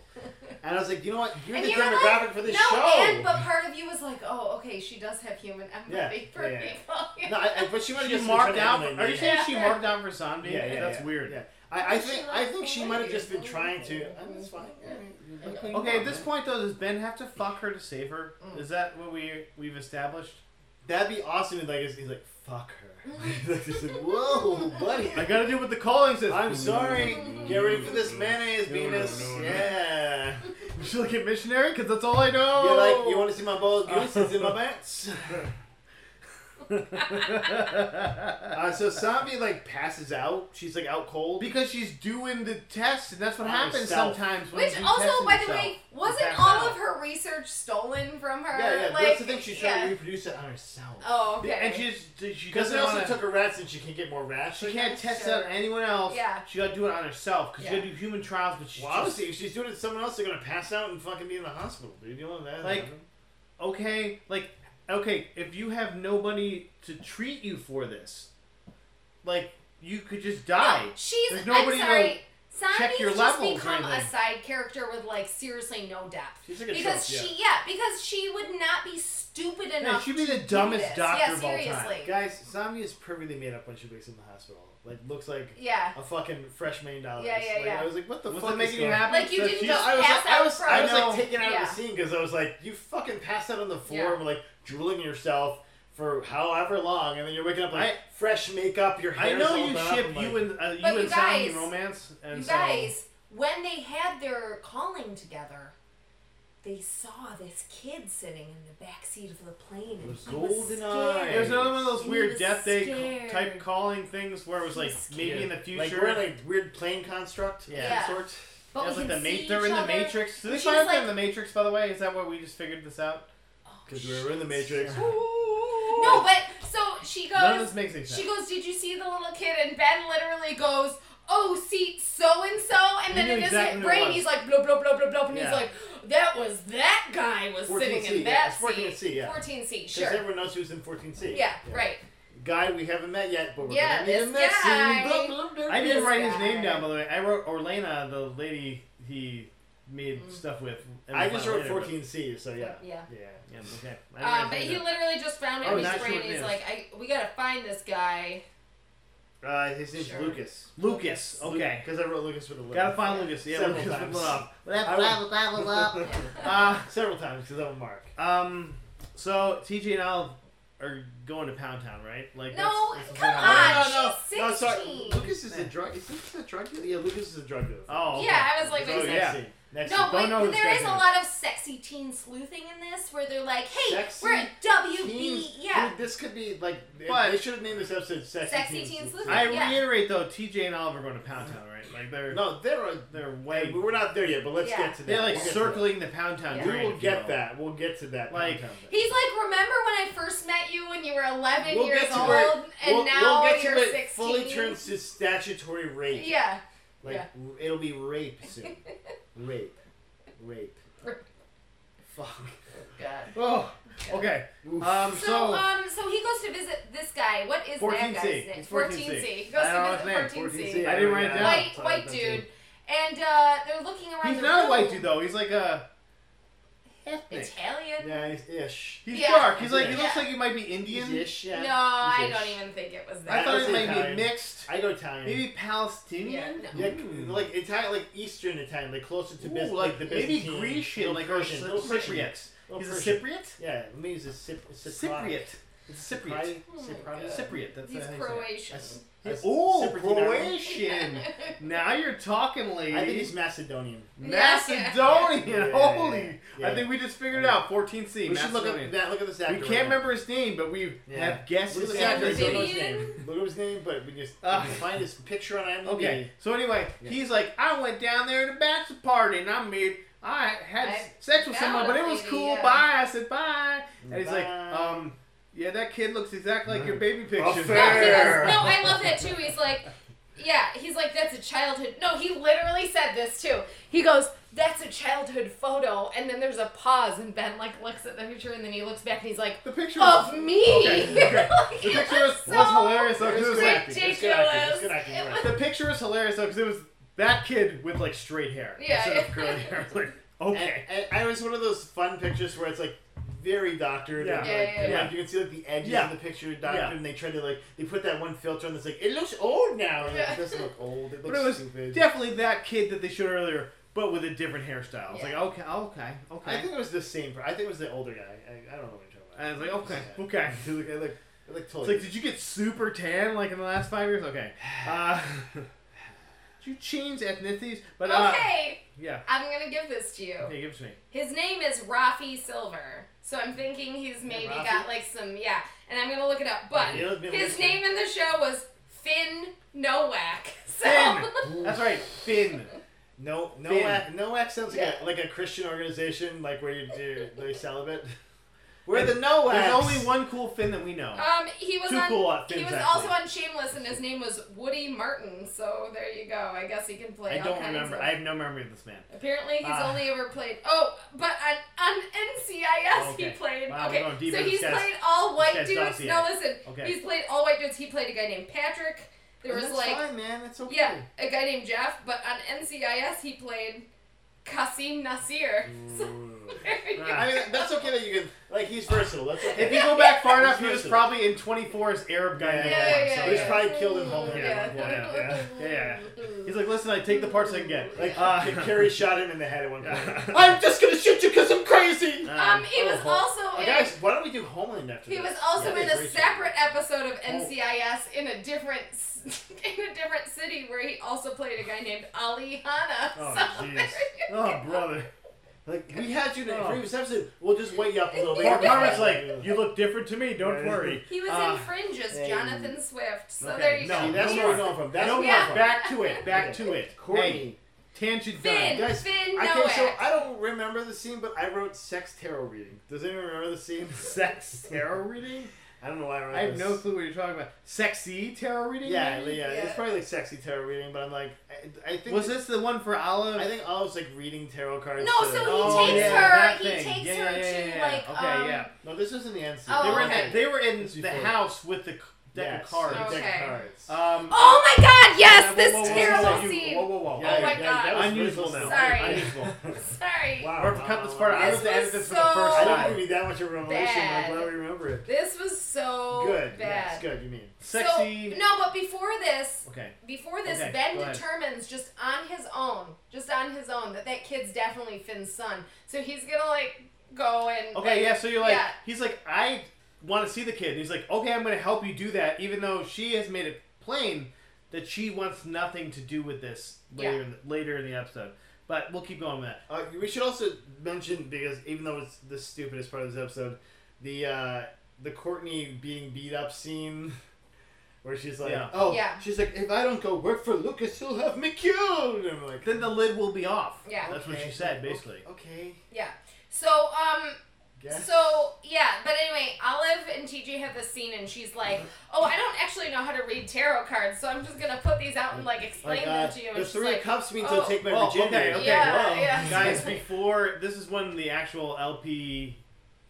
Speaker 4: And I was like, you know what? You're
Speaker 3: And
Speaker 4: the
Speaker 3: you were like,
Speaker 4: demographic for this
Speaker 3: no,
Speaker 4: show.
Speaker 3: and but part of you was like, oh, okay, she does have human empathy
Speaker 4: Yeah,
Speaker 3: for
Speaker 4: yeah, yeah.
Speaker 3: people.
Speaker 4: no, I, I, but she wanted
Speaker 2: She
Speaker 4: to
Speaker 2: marked out.
Speaker 4: For,
Speaker 2: Are you saying she
Speaker 3: Yeah.
Speaker 2: marked out for zombie?
Speaker 4: Yeah, yeah,
Speaker 2: that's
Speaker 4: yeah,
Speaker 2: weird.
Speaker 4: Yeah. I, I
Speaker 3: She
Speaker 4: think I
Speaker 3: likes
Speaker 4: think
Speaker 3: the
Speaker 4: she might have
Speaker 3: ladies.
Speaker 4: just been trying to. And it's fine. Yeah.
Speaker 2: Okay, at this point though, does Ben have to fuck her to save her? Is that what we we've established?
Speaker 4: Mm. that'd be awesome. If, like he's like, fuck her. like, just like, whoa, buddy.
Speaker 2: I gotta do what the calling says.
Speaker 4: I'm sorry. Get ready for this mayonnaise, Venus.
Speaker 2: no, no.
Speaker 4: Yeah.
Speaker 2: Should I get missionary? Because that's all I know.
Speaker 4: You like? You want to see my balls? Goose is in my pants. uh, so Zombie like passes out. She's like out cold.
Speaker 2: Because she's doing the test, and that's what
Speaker 4: By
Speaker 2: happens
Speaker 4: herself.
Speaker 2: sometimes. When
Speaker 3: Which
Speaker 2: you
Speaker 3: also,
Speaker 2: testing
Speaker 3: by the
Speaker 2: yourself.
Speaker 3: way, wasn't
Speaker 2: That's
Speaker 3: all
Speaker 2: out.
Speaker 3: of her research stolen from her?
Speaker 4: Yeah, yeah.
Speaker 3: Like,
Speaker 4: that's the thing. She's trying
Speaker 3: yeah.
Speaker 4: to reproduce it on herself.
Speaker 3: Oh, okay.
Speaker 2: Yeah, and she's she
Speaker 4: Because
Speaker 2: doesn't
Speaker 4: it also
Speaker 2: wanna,
Speaker 4: took her rats, and she can get more rats.
Speaker 2: She can't test
Speaker 3: Sure.
Speaker 2: out anyone else.
Speaker 3: Yeah.
Speaker 2: She got to do it on herself because
Speaker 3: Yeah.
Speaker 2: she got to do human trials, but she's
Speaker 4: Well,
Speaker 2: just
Speaker 4: obviously, if she's doing it to someone else, they're gonna pass out and fucking be in the hospital, dude. You know that?
Speaker 2: Like- okay. Like okay, if you have nobody to treat you for this, like you could just die.
Speaker 3: No, she's.
Speaker 2: There's nobody to
Speaker 3: I'm sorry.
Speaker 2: check
Speaker 3: Sandy's
Speaker 2: your
Speaker 3: just
Speaker 2: levels or
Speaker 3: become a
Speaker 2: anything.
Speaker 3: side character with like seriously no depth.
Speaker 4: She's like a
Speaker 3: because
Speaker 4: trope,
Speaker 3: she, yeah, because she would not be stupid enough.
Speaker 2: she'd be
Speaker 3: to
Speaker 2: the
Speaker 3: do
Speaker 2: dumbest
Speaker 3: this.
Speaker 2: doctor
Speaker 3: yeah,
Speaker 2: of all time.
Speaker 3: seriously.
Speaker 4: guys, zombie is perfectly made up when she wakes up in the hospital. Like, looks like
Speaker 3: Yeah.
Speaker 4: a fucking fresh million dollars.
Speaker 3: Yeah, yeah,
Speaker 4: like,
Speaker 3: yeah.
Speaker 4: I was like, what the
Speaker 2: What's
Speaker 4: fuck
Speaker 2: that
Speaker 4: is
Speaker 2: making you
Speaker 4: going on?
Speaker 2: happy?
Speaker 3: Like, you
Speaker 2: So
Speaker 3: didn't
Speaker 2: she's-
Speaker 3: just
Speaker 4: I was,
Speaker 3: pass
Speaker 4: like, I
Speaker 3: out
Speaker 4: was,
Speaker 3: from-
Speaker 4: I was
Speaker 2: I know.
Speaker 4: like taken out of
Speaker 3: Yeah.
Speaker 4: the scene because I was like, you fucking passed out on the floor,
Speaker 3: Yeah.
Speaker 4: and, like drooling yourself for however long, and then you're waking up like
Speaker 2: I-
Speaker 4: fresh makeup, your
Speaker 2: I
Speaker 4: hair.
Speaker 2: know you
Speaker 4: up,
Speaker 2: ship
Speaker 4: and,
Speaker 2: you
Speaker 4: like,
Speaker 2: and uh, you
Speaker 3: But you
Speaker 2: and Zombie
Speaker 3: guys-
Speaker 2: romance, and
Speaker 3: You
Speaker 2: so-
Speaker 3: guys, when they had their calling together, they saw this kid sitting in the back seat of the plane. and
Speaker 4: Those
Speaker 3: he was
Speaker 4: golden
Speaker 3: scared.
Speaker 4: eyes.
Speaker 2: There's another one of those
Speaker 3: He
Speaker 2: weird
Speaker 3: was
Speaker 2: death day
Speaker 3: scared.
Speaker 2: c- type calling things where it was
Speaker 3: He
Speaker 2: like
Speaker 3: was
Speaker 2: maybe in the
Speaker 3: scared.
Speaker 2: future.
Speaker 4: Like we're in a weird plane construct, of
Speaker 2: Yeah.
Speaker 4: some sort.
Speaker 3: But
Speaker 2: That's
Speaker 3: we
Speaker 2: like the
Speaker 3: can
Speaker 2: ma-
Speaker 3: see
Speaker 2: they're in
Speaker 3: each
Speaker 2: the
Speaker 3: other.
Speaker 2: Matrix. Do they
Speaker 3: She's
Speaker 2: find out they're in
Speaker 3: like-
Speaker 2: the Matrix? By the way, is that what we just figured this out?
Speaker 4: Because we were in the Matrix.
Speaker 3: No, but so she goes.
Speaker 2: None of this makes any sense.
Speaker 3: She goes, Did you see the little kid? And Ben literally goes, Oh, see, so and so. And then
Speaker 2: You knew
Speaker 3: in his
Speaker 2: exactly who it
Speaker 3: brain,
Speaker 2: was.
Speaker 3: he's like, Blah, blah, blah, blah, blah. And
Speaker 2: Yeah.
Speaker 3: he's like, That was that guy was sitting
Speaker 4: 14C,
Speaker 3: in
Speaker 4: yeah,
Speaker 3: that
Speaker 4: it's 14C,
Speaker 3: seat.
Speaker 4: yeah.
Speaker 3: 14C,
Speaker 4: Because
Speaker 3: sure.
Speaker 4: everyone knows who's in 14C.
Speaker 3: Yeah, right.
Speaker 4: Guy we haven't met yet, but we're
Speaker 3: Yeah,
Speaker 4: gonna meet him
Speaker 3: this
Speaker 4: next
Speaker 3: guy.
Speaker 4: soon. Blah, blah, blah,
Speaker 2: I didn't
Speaker 3: This
Speaker 2: write his
Speaker 3: guy.
Speaker 2: name down by the way. I wrote Orlena, the lady he made
Speaker 3: Mm.
Speaker 2: stuff with. and
Speaker 4: I
Speaker 2: we
Speaker 4: just
Speaker 2: found
Speaker 4: wrote
Speaker 2: later, but-
Speaker 4: 14C, so yeah.
Speaker 3: Yeah.
Speaker 4: Yeah.
Speaker 2: Yeah, okay. I didn't write
Speaker 3: Um, but
Speaker 2: his
Speaker 3: he
Speaker 2: name down.
Speaker 3: literally just found it
Speaker 2: Oh,
Speaker 3: in
Speaker 2: not
Speaker 3: his
Speaker 2: sure
Speaker 3: brain.
Speaker 2: what it
Speaker 3: He's
Speaker 2: is.
Speaker 3: like, I, We gotta find this guy.
Speaker 4: Uh, his name's
Speaker 3: Sure.
Speaker 4: Lucas.
Speaker 2: Lucas. Okay.
Speaker 4: Because I wrote Lucas with a Lu-
Speaker 2: Gotta find Lucas. Yeah,
Speaker 4: Several
Speaker 2: Lucas
Speaker 4: times.
Speaker 2: with love.
Speaker 4: I
Speaker 2: Blah,
Speaker 4: would-
Speaker 2: blah, blah, blah, blah. Uh,
Speaker 4: Several times because I'm a Mark.
Speaker 2: Um, so TJ and Olive are going to Pound Town, right? Like,
Speaker 3: No,
Speaker 2: that's- that's
Speaker 3: come
Speaker 2: what
Speaker 3: on.
Speaker 2: happened.
Speaker 3: Ah, she's
Speaker 4: No, sorry.
Speaker 3: 16.
Speaker 4: Lucas is a drug. Is Lucas a drug dealer? Yeah, Lucas is a drug dealer.
Speaker 2: Oh, okay.
Speaker 3: Yeah, I was like,
Speaker 4: So
Speaker 3: Wait
Speaker 2: oh
Speaker 3: a second.
Speaker 2: yeah.
Speaker 4: scene. Next
Speaker 3: No,
Speaker 4: scene.
Speaker 2: Don't
Speaker 3: but
Speaker 2: know who this
Speaker 3: there
Speaker 2: guy's
Speaker 3: is a
Speaker 2: name is.
Speaker 3: lot of sexy teen sleuthing in this where they're like, hey,
Speaker 4: Sexy
Speaker 3: we're at WB.
Speaker 4: Teens-
Speaker 3: yeah.
Speaker 4: Dude, this could be like.
Speaker 2: But-
Speaker 4: they should have named this episode Sexy,
Speaker 3: Sexy
Speaker 4: Teens.
Speaker 3: Teens Lucas.
Speaker 2: I
Speaker 3: Yeah.
Speaker 2: reiterate though, TJ and Olive are going to Pound Town, right? Like they're
Speaker 4: No, they're a.
Speaker 2: they're way
Speaker 4: Wait, we're not there yet, but let's
Speaker 3: Yeah.
Speaker 4: get to that.
Speaker 2: they're like
Speaker 4: We'll get to that.
Speaker 2: circling the Pound Town.
Speaker 3: Yeah.
Speaker 4: We
Speaker 2: train,
Speaker 4: will
Speaker 2: if you
Speaker 4: get
Speaker 2: will.
Speaker 4: that. We'll get to that.
Speaker 2: Like-
Speaker 4: sometime.
Speaker 3: He's like, remember when I first met you when you were 11
Speaker 4: we'll
Speaker 3: years
Speaker 4: get to
Speaker 3: old,
Speaker 4: where-
Speaker 3: and
Speaker 4: we'll,
Speaker 3: now
Speaker 4: we'll get to
Speaker 3: you're
Speaker 4: where it
Speaker 3: 16.
Speaker 4: fully turns to statutory rape.
Speaker 3: Yeah.
Speaker 4: Like
Speaker 3: Yeah.
Speaker 4: r- it'll be rape soon. rape, rape. Fuck.
Speaker 3: God.
Speaker 2: Oh, okay.
Speaker 4: Oof.
Speaker 2: Um,
Speaker 3: So,
Speaker 2: so
Speaker 3: um, so he goes to visit this guy. What is that
Speaker 2: 14C.
Speaker 3: guy's name?
Speaker 2: It's 14C.
Speaker 3: 14C. He goes
Speaker 2: I don't know
Speaker 3: to
Speaker 2: his
Speaker 3: visit
Speaker 2: name.
Speaker 3: 14C.
Speaker 2: I didn't write it down.
Speaker 3: White,
Speaker 4: Sorry,
Speaker 3: white
Speaker 4: that's
Speaker 3: dude.
Speaker 4: it.
Speaker 3: And uh, they're looking around.
Speaker 2: he's
Speaker 3: the
Speaker 2: not a
Speaker 3: room.
Speaker 2: white dude though. He's like a ethnic.
Speaker 3: Italian?
Speaker 4: Yeah, he's ish.
Speaker 2: He's
Speaker 3: Yeah.
Speaker 2: dark. He's like he
Speaker 3: Yeah.
Speaker 2: looks like he might be Indian.
Speaker 4: He's ish. Yeah.
Speaker 3: No, I
Speaker 4: He's ish.
Speaker 3: don't even think it was
Speaker 2: I
Speaker 3: that.
Speaker 4: Yeah,
Speaker 2: thought
Speaker 4: I'd
Speaker 2: he
Speaker 4: say
Speaker 2: might
Speaker 4: Italian.
Speaker 2: be mixed.
Speaker 4: I go Italian.
Speaker 2: Maybe Palestinian.
Speaker 3: Yeah, no.
Speaker 4: Yeah,
Speaker 2: Mm.
Speaker 4: like Italian, like Eastern Italian, like closer to
Speaker 2: Ooh,
Speaker 4: business,
Speaker 2: like
Speaker 4: the
Speaker 2: maybe
Speaker 4: Byzantine,
Speaker 2: Grecian, like or
Speaker 4: Persian,
Speaker 2: Cy-
Speaker 4: little Persian.
Speaker 2: Cypriot.
Speaker 4: Little
Speaker 2: He's a
Speaker 4: Persian.
Speaker 2: Cypriot.
Speaker 4: Yeah, it means a Cyp-
Speaker 2: Cypriot. It's Cypriot.
Speaker 4: Cypriot.
Speaker 3: Oh my
Speaker 4: Cypriot.
Speaker 3: God.
Speaker 2: Cypriot. That's
Speaker 3: He's
Speaker 2: how you say it.
Speaker 3: Croatian.
Speaker 4: Yeah.
Speaker 2: Oh,
Speaker 4: Cypriot.
Speaker 2: Croatian. now you're talking, lady.
Speaker 4: I think he's Macedonian.
Speaker 2: Macedonian.
Speaker 4: Yeah, yeah, yeah.
Speaker 2: Holy.
Speaker 4: Yeah.
Speaker 2: I think we just figured it out. 14C.
Speaker 4: We should look
Speaker 2: Macedonian.
Speaker 4: up that. Look at this actor.
Speaker 2: we can't
Speaker 4: right now.
Speaker 2: remember his name, but we
Speaker 4: Yeah.
Speaker 2: have guessed
Speaker 4: Look at
Speaker 2: his
Speaker 4: this actor.
Speaker 2: actor.
Speaker 4: we don't know
Speaker 2: so-
Speaker 4: his name. Look at his name, but we just we
Speaker 2: Ah.
Speaker 4: can find his picture on IMDb.
Speaker 2: Okay. So anyway,
Speaker 4: Yeah.
Speaker 2: he's like, I went down there to a bachelor party and I made I had
Speaker 3: I
Speaker 2: sex with
Speaker 3: found
Speaker 2: someone,
Speaker 3: a
Speaker 2: but it was
Speaker 3: lady,
Speaker 2: cool.
Speaker 3: yeah.
Speaker 2: Bye. I said bye. And he's like,
Speaker 4: Bye.
Speaker 2: um, yeah, that kid looks exactly like your baby
Speaker 4: Affair.
Speaker 2: picture.
Speaker 3: No, he
Speaker 4: Fair.
Speaker 3: was, no, I love that too. He's like, yeah, he's like, that's a childhood. No, he literally said this too. He goes, that's a childhood photo. And then there's a pause, and Ben like looks at the picture, and then he looks back, and he's like,
Speaker 2: The picture was-
Speaker 3: of me.
Speaker 2: Okay, okay.
Speaker 3: Like,
Speaker 2: The
Speaker 3: it
Speaker 2: picture was,
Speaker 3: so
Speaker 2: was hilarious though. 'cause it
Speaker 4: There's
Speaker 2: was
Speaker 4: good
Speaker 2: like,
Speaker 4: acting, there's good acting, there's good acting,
Speaker 3: Ridiculous.
Speaker 4: you're
Speaker 3: It
Speaker 4: right.
Speaker 2: the picture was hilarious though because it was that kid with like straight hair
Speaker 3: Yeah,
Speaker 2: instead
Speaker 3: yeah.
Speaker 2: of curly hair. I was like, okay.
Speaker 4: And, and, and it was one of those fun pictures where it's like very doctored.
Speaker 2: Yeah.
Speaker 4: and,
Speaker 3: Yeah,
Speaker 4: like,
Speaker 3: yeah,
Speaker 4: and,
Speaker 2: yeah.
Speaker 4: like, you can see like the edges
Speaker 2: Yeah.
Speaker 4: of the picture doctored,
Speaker 2: Yeah.
Speaker 4: and they tried to like they put that one filter on that's like it looks old now. And, like,
Speaker 3: Yeah.
Speaker 4: It doesn't look old. It
Speaker 2: But
Speaker 4: looks
Speaker 2: it was
Speaker 4: stupid.
Speaker 2: definitely that kid that they showed earlier, but with a different hairstyle. It's like
Speaker 3: Yeah.
Speaker 2: okay, okay, okay.
Speaker 4: I think it was the same. per- I think it was the older guy. I, I don't know what you're talking about.
Speaker 2: and it's like okay,
Speaker 4: Yeah.
Speaker 2: okay.
Speaker 4: He looked- I look, I look
Speaker 2: It's
Speaker 4: totally.
Speaker 2: like, did you get super tan like in the last five years? Okay. Uh, did you change ethnicities? But uh,
Speaker 3: okay,
Speaker 2: yeah.
Speaker 3: I'm gonna give this to you.
Speaker 2: Okay, give it to me.
Speaker 3: His name is Rafi Silver, so I'm thinking he's maybe
Speaker 4: Rafi?
Speaker 3: got like some yeah. And I'm gonna look it up, but
Speaker 4: Yeah, it'll be
Speaker 3: his
Speaker 4: listed.
Speaker 3: name in the show was Finn Nowak. So
Speaker 2: Finn. That's right, Finn.
Speaker 4: no, no,
Speaker 2: Finn.
Speaker 4: act, no act sounds like,
Speaker 3: Yeah.
Speaker 4: a, like a Christian organization, like where you do they celibate. We're the
Speaker 2: no
Speaker 4: Noahs.
Speaker 2: There's only one cool Finn that we know.
Speaker 3: um, he was
Speaker 2: Too
Speaker 3: on.
Speaker 2: cool, uh,
Speaker 3: he
Speaker 2: Finn's
Speaker 3: was
Speaker 2: actually.
Speaker 3: also on Shameless, and his name was Woody Martin. So there you go. I guess he can play.
Speaker 2: I
Speaker 3: all
Speaker 2: don't
Speaker 3: kinds
Speaker 2: remember.
Speaker 3: of-
Speaker 2: I have no memory of this man.
Speaker 3: Apparently, he's
Speaker 2: Ah.
Speaker 3: only ever played. Oh, but on, on NCIS, he
Speaker 2: Okay.
Speaker 3: played.
Speaker 2: Wow, we're
Speaker 3: okay,
Speaker 2: going deep
Speaker 3: so
Speaker 2: into
Speaker 3: he's
Speaker 2: this guy's-
Speaker 3: played all white
Speaker 2: guy's
Speaker 3: dudes.
Speaker 2: dossier.
Speaker 3: No, listen,
Speaker 2: Okay. Oh,
Speaker 3: he's played all white dudes. He played a guy named Patrick. There was
Speaker 4: that's
Speaker 3: like,
Speaker 4: fine, man. That's okay.
Speaker 3: yeah, a guy named Jeff. But on NCIS, he played Kasim Nasir.
Speaker 4: Mm.
Speaker 3: So there you
Speaker 2: Ah.
Speaker 4: I
Speaker 3: go.
Speaker 4: mean, that's okay that you can like he's versatile. That's okay.
Speaker 2: If you go back far
Speaker 4: He's
Speaker 2: enough, he was
Speaker 4: versatile.
Speaker 2: probably in 24's Arab guy.
Speaker 4: Yeah,
Speaker 2: in the
Speaker 3: yeah,
Speaker 2: corner,
Speaker 3: yeah,
Speaker 2: so
Speaker 3: yeah,
Speaker 4: He was
Speaker 3: yeah.
Speaker 4: probably killed in Homeland.
Speaker 2: Yeah,
Speaker 4: at one point.
Speaker 2: yeah, yeah, yeah, yeah. He's like, listen, I take the parts I can get.
Speaker 4: Like
Speaker 2: Uh,
Speaker 4: Carrie shot him in the head at one point.
Speaker 2: Yeah.
Speaker 4: I'm just gonna shoot you because I'm crazy.
Speaker 3: um, he was
Speaker 4: oh,
Speaker 3: also
Speaker 4: Uh,
Speaker 3: in.
Speaker 4: guys, why don't we do Homeland after
Speaker 3: He
Speaker 4: this?
Speaker 3: was also
Speaker 4: Yeah,
Speaker 3: in
Speaker 4: it's
Speaker 3: a
Speaker 4: great.
Speaker 3: separate episode of NCIS in a different s- in a different city where he also played a guy named Ali Hanna.
Speaker 2: Oh,
Speaker 3: so
Speaker 2: jeez.
Speaker 3: there you
Speaker 2: oh, brother.
Speaker 4: Like we had you in the
Speaker 2: Oh.
Speaker 4: previous episode. We'll just wait you up a little bit.
Speaker 2: Mar- Marvin's
Speaker 4: Yeah.
Speaker 2: like, you look different to me. Don't
Speaker 4: Yeah.
Speaker 2: worry.
Speaker 3: He was
Speaker 2: Uh,
Speaker 3: in Fringe as
Speaker 4: hey.
Speaker 3: Jonathan Swift. So
Speaker 2: Okay,
Speaker 3: there you
Speaker 2: no,
Speaker 3: go.
Speaker 4: See, that's
Speaker 3: He's
Speaker 4: where we're going from. That's
Speaker 2: No,
Speaker 4: where
Speaker 3: Yeah.
Speaker 4: we're going
Speaker 2: back to it. Back to it.
Speaker 4: from. Courtney.
Speaker 2: Hey, tangent
Speaker 3: Finn,
Speaker 2: done.
Speaker 4: guys,
Speaker 3: Finn
Speaker 4: Okay, so
Speaker 3: Nowak.
Speaker 4: I don't remember the scene, but I wrote sex tarot reading. Does anyone remember the scene?
Speaker 2: Sex tarot reading?
Speaker 4: I don't know why I wrote
Speaker 2: I have
Speaker 4: this.
Speaker 2: no clue what you're talking about. Sexy tarot reading?
Speaker 4: Yeah,
Speaker 2: maybe?
Speaker 4: yeah,
Speaker 3: Yeah.
Speaker 4: it's probably like sexy tarot reading, but I'm like, I, I think
Speaker 2: Was this the one for Olive?
Speaker 4: I think I was like reading tarot cards.
Speaker 3: No,
Speaker 4: to-
Speaker 3: so he
Speaker 2: Oh,
Speaker 3: takes
Speaker 2: yeah,
Speaker 3: her.
Speaker 2: that
Speaker 3: He
Speaker 2: thing.
Speaker 3: takes
Speaker 2: Yeah,
Speaker 3: her
Speaker 2: yeah, yeah,
Speaker 3: to
Speaker 2: yeah.
Speaker 3: like.
Speaker 2: Okay,
Speaker 3: um,
Speaker 2: yeah.
Speaker 4: no, this was in the end. scene.
Speaker 3: Oh,
Speaker 2: they were
Speaker 3: okay.
Speaker 2: in, they were in
Speaker 4: It's
Speaker 2: the
Speaker 4: before.
Speaker 2: house with the c- deck
Speaker 4: Yes,
Speaker 2: of cards.
Speaker 3: Okay.
Speaker 4: Deck of cards.
Speaker 2: Um,
Speaker 3: Oh my God! Yes,
Speaker 2: yeah,
Speaker 3: this
Speaker 2: whoa, whoa, whoa,
Speaker 3: terrible
Speaker 2: whoa, you-
Speaker 3: scene.
Speaker 2: Whoa, whoa, whoa.
Speaker 4: Yeah,
Speaker 3: Oh my
Speaker 4: yeah,
Speaker 3: God.
Speaker 4: that was
Speaker 2: Unusual
Speaker 4: brutal.
Speaker 2: now.
Speaker 3: Sorry.
Speaker 2: Unusual.
Speaker 3: Sorry.
Speaker 4: Wow.
Speaker 2: I have to cut this part out. I
Speaker 3: This
Speaker 2: have to edit
Speaker 3: was
Speaker 2: this for the first
Speaker 3: so-
Speaker 4: I
Speaker 2: time.
Speaker 4: didn't give you that much of a revelation. Like,
Speaker 3: Bad.
Speaker 4: why do we remember it?
Speaker 3: This was so
Speaker 4: good. Yes,
Speaker 3: bad.
Speaker 4: good. You mean?
Speaker 2: Sexy.
Speaker 3: So, no, but before this,
Speaker 2: Okay.
Speaker 3: Before this,
Speaker 2: Okay,
Speaker 3: Ben
Speaker 2: go ahead.
Speaker 3: determines just on his own, just on his own, that that kid's definitely Finn's son. So he's gonna like go and
Speaker 2: Okay, yeah, so you're like,
Speaker 3: Yeah.
Speaker 2: he's like, I want to see the kid. And he's like, okay, I'm going to help you do that, even though she has made it plain that she wants nothing to do with this later,
Speaker 3: Yeah.
Speaker 2: in, the, later in the episode. But we'll keep going with that.
Speaker 4: Uh, we should also mention because even though it's the stupidest part of this episode, the uh, the Courtney being beat up scene. Where she's like,
Speaker 2: Yeah.
Speaker 4: oh,
Speaker 3: Yeah.
Speaker 4: she's like, if I don't go work for Lucas, he'll have me killed. And I'm like,
Speaker 2: Then the lid will be off.
Speaker 3: Yeah.
Speaker 2: That's what
Speaker 4: okay,
Speaker 2: she said, basically.
Speaker 4: Okay.
Speaker 3: yeah. So um,
Speaker 4: Guess.
Speaker 3: so yeah, but anyway, Olive and TJ have this scene, and she's like, "Oh, I don't actually know how to read tarot cards, so I'm just gonna put these out and like explain
Speaker 4: Like, uh,
Speaker 3: them to you." And
Speaker 4: the
Speaker 3: she's
Speaker 4: three
Speaker 3: like,
Speaker 4: of cups means
Speaker 3: oh,
Speaker 4: I'll take my
Speaker 2: Oh,
Speaker 4: virginity.
Speaker 2: okay, okay.
Speaker 3: Yeah,
Speaker 2: whoa.
Speaker 3: yeah.
Speaker 2: Guys, before, this is when the actual LP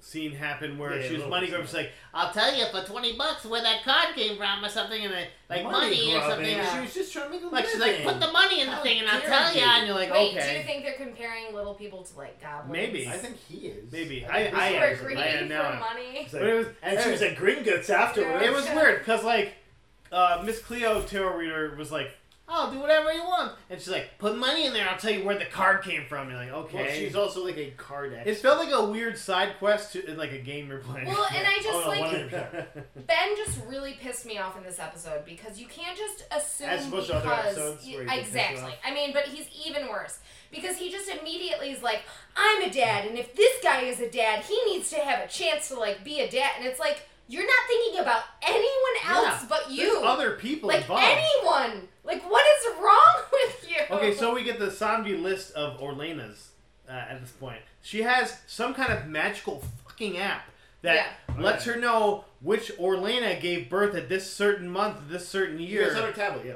Speaker 2: scene happened where
Speaker 4: Yeah,
Speaker 2: she was
Speaker 4: little
Speaker 2: money
Speaker 4: bit.
Speaker 2: grubbing. She's like,
Speaker 5: I'll tell you for 20 bucks where that card came from or something, and I, like money, or something.
Speaker 4: She
Speaker 3: Yeah.
Speaker 4: was just trying to make a
Speaker 5: Like, she's like, put the money in the
Speaker 4: How
Speaker 5: thing and I'll
Speaker 4: dare
Speaker 5: tell you.
Speaker 4: you.
Speaker 5: And you're like,
Speaker 3: Wait, do you
Speaker 5: okay.
Speaker 3: think they're comparing little people to like goblins?
Speaker 2: Maybe.
Speaker 4: I think he is.
Speaker 2: Maybe.
Speaker 4: I think this
Speaker 2: I
Speaker 3: Who
Speaker 2: am.
Speaker 3: are
Speaker 4: is-
Speaker 3: greedy
Speaker 2: I am
Speaker 3: for
Speaker 2: now.
Speaker 3: money.
Speaker 4: She's
Speaker 2: But it was-
Speaker 4: like- and she was at Gringotts afterwards.
Speaker 2: It was weird because like uh, Miss Cleo tarot reader was like, "I'll do whatever you want," and she's like, "Put money in there. I'll tell you where the card came from." You're like, "Okay."
Speaker 4: Well, she's also like a card
Speaker 2: it felt like a weird side quest to in, like a game you're playing.
Speaker 3: Well, and I just
Speaker 4: Oh, no,
Speaker 3: like
Speaker 4: 100%.
Speaker 3: Ben just really pissed me off in this episode because you can't just assume
Speaker 4: As opposed
Speaker 3: because
Speaker 4: to other episodes where you can piss you
Speaker 3: exactly.
Speaker 4: off.
Speaker 3: I mean, but he's even worse because he just immediately is like, "I'm a dad, and if this guy is a dad, he needs to have a chance to like be a dad." And it's like you're not thinking about anyone else
Speaker 2: Yeah.
Speaker 3: but
Speaker 2: There's
Speaker 3: you,
Speaker 2: other people
Speaker 3: like
Speaker 2: involved.
Speaker 3: anyone. Like, what is wrong with you?
Speaker 2: Okay, so we get the zombie list of Orlenas uh, at this point. She has some kind of magical fucking app that lets her know which Orlena gave birth at this certain month, this certain year.
Speaker 4: Yeah, it's on her tablet. Yeah.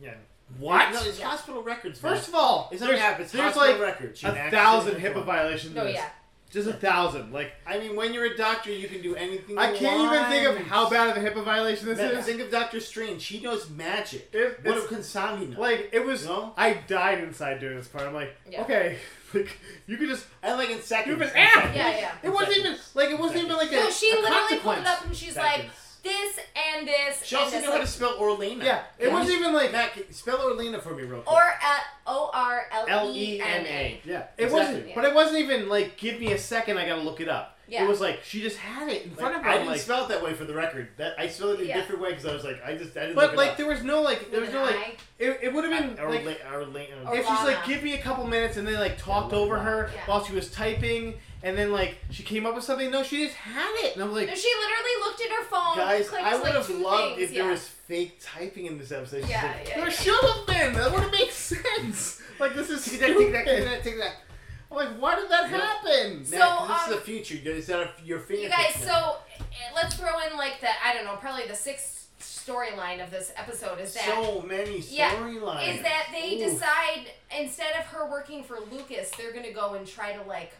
Speaker 4: Yeah.
Speaker 2: what?
Speaker 4: No, it's
Speaker 3: Yeah.
Speaker 4: hospital records. man.
Speaker 2: First of all,
Speaker 4: it's not
Speaker 2: there's,
Speaker 4: an app. It's
Speaker 2: there's
Speaker 4: hospital
Speaker 2: like
Speaker 4: records. She
Speaker 2: a
Speaker 4: maxed
Speaker 2: thousand
Speaker 4: everything
Speaker 2: HIPAA
Speaker 4: out.
Speaker 2: violations.
Speaker 3: no,
Speaker 2: in this.
Speaker 3: Oh, yeah,
Speaker 2: Just a thousand. Like
Speaker 4: I mean, when you're a doctor, you can do anything.
Speaker 2: I
Speaker 4: you
Speaker 2: can't even think
Speaker 4: want.
Speaker 2: of how bad of a HIPAA violation this
Speaker 4: Man,
Speaker 2: is.
Speaker 4: think of Doctor Strange. He knows magic.
Speaker 2: It-
Speaker 4: what if
Speaker 2: it's-
Speaker 4: Kansami know?
Speaker 2: Like it was.
Speaker 4: No?
Speaker 2: I died inside during this part. I'm like,
Speaker 3: Yeah.
Speaker 2: okay, like you could just.
Speaker 4: and like in seconds.
Speaker 2: You've been
Speaker 4: in
Speaker 2: amped!
Speaker 4: seconds.
Speaker 3: Yeah, yeah.
Speaker 2: It wasn't even like it wasn't even like a.
Speaker 3: No, she
Speaker 2: a
Speaker 3: literally pulled
Speaker 2: consequence.
Speaker 3: it up and she's like,
Speaker 4: Seconds.
Speaker 3: this and this.
Speaker 4: She
Speaker 3: and
Speaker 4: also
Speaker 3: this.
Speaker 4: knew how to spell Orlena.
Speaker 2: Yeah, it
Speaker 4: Yeah.
Speaker 2: wasn't even like
Speaker 4: Matt, can- spell Orlena for me real quick.
Speaker 3: Or at O R L
Speaker 2: L
Speaker 3: E N A.
Speaker 4: yeah,
Speaker 2: It wasn't,
Speaker 4: exactly.
Speaker 2: but it wasn't even like give me a second. I gotta look it up.
Speaker 3: Yeah.
Speaker 2: It was like she just had it in
Speaker 4: Like,
Speaker 2: front of her.
Speaker 4: I
Speaker 2: I'm
Speaker 4: didn't
Speaker 2: like,
Speaker 4: spell it that way for the record. That I spelled it a
Speaker 3: Yeah.
Speaker 4: different way because I was like, I just I didn't.
Speaker 2: but
Speaker 4: look
Speaker 2: like
Speaker 4: it
Speaker 2: there was no like there was
Speaker 3: With
Speaker 2: no
Speaker 3: an
Speaker 2: like
Speaker 3: I.
Speaker 2: it, it would have been
Speaker 4: up. Or
Speaker 2: like
Speaker 4: la- or la- or-
Speaker 2: if she's like
Speaker 3: Orlana.
Speaker 2: give me a couple minutes and they like talked
Speaker 4: Orlana.
Speaker 2: over her
Speaker 3: Yeah.
Speaker 2: while she was typing and then like she came up with something. No, she just had it, and I'm like,
Speaker 3: No, she literally looked at her phone.
Speaker 4: guys,
Speaker 3: clicked,
Speaker 4: I would
Speaker 3: like,
Speaker 4: have
Speaker 3: two
Speaker 4: loved
Speaker 3: things,
Speaker 4: if
Speaker 3: yeah.
Speaker 4: there was fake typing in this episode. She's
Speaker 3: Yeah,
Speaker 4: like,
Speaker 3: yeah,
Speaker 2: there
Speaker 3: yeah.
Speaker 2: should have been. That would have made sense. Like this is
Speaker 4: Take that, take that, take
Speaker 2: stupid.
Speaker 4: that, take that.
Speaker 2: I'm like, why did that
Speaker 4: Yeah.
Speaker 2: happen?
Speaker 3: So,
Speaker 4: Matt, this
Speaker 3: um,
Speaker 4: is the future. Is that a, your
Speaker 3: You
Speaker 4: fingertips?
Speaker 3: guys,
Speaker 4: now.
Speaker 3: so eh, let's throw in like the I don't know, probably the sixth storyline of this episode is that is
Speaker 4: so many
Speaker 3: Yeah.
Speaker 4: storylines.
Speaker 3: that they
Speaker 4: Oof.
Speaker 3: decide instead of her working for Lucas, they're gonna go and try to like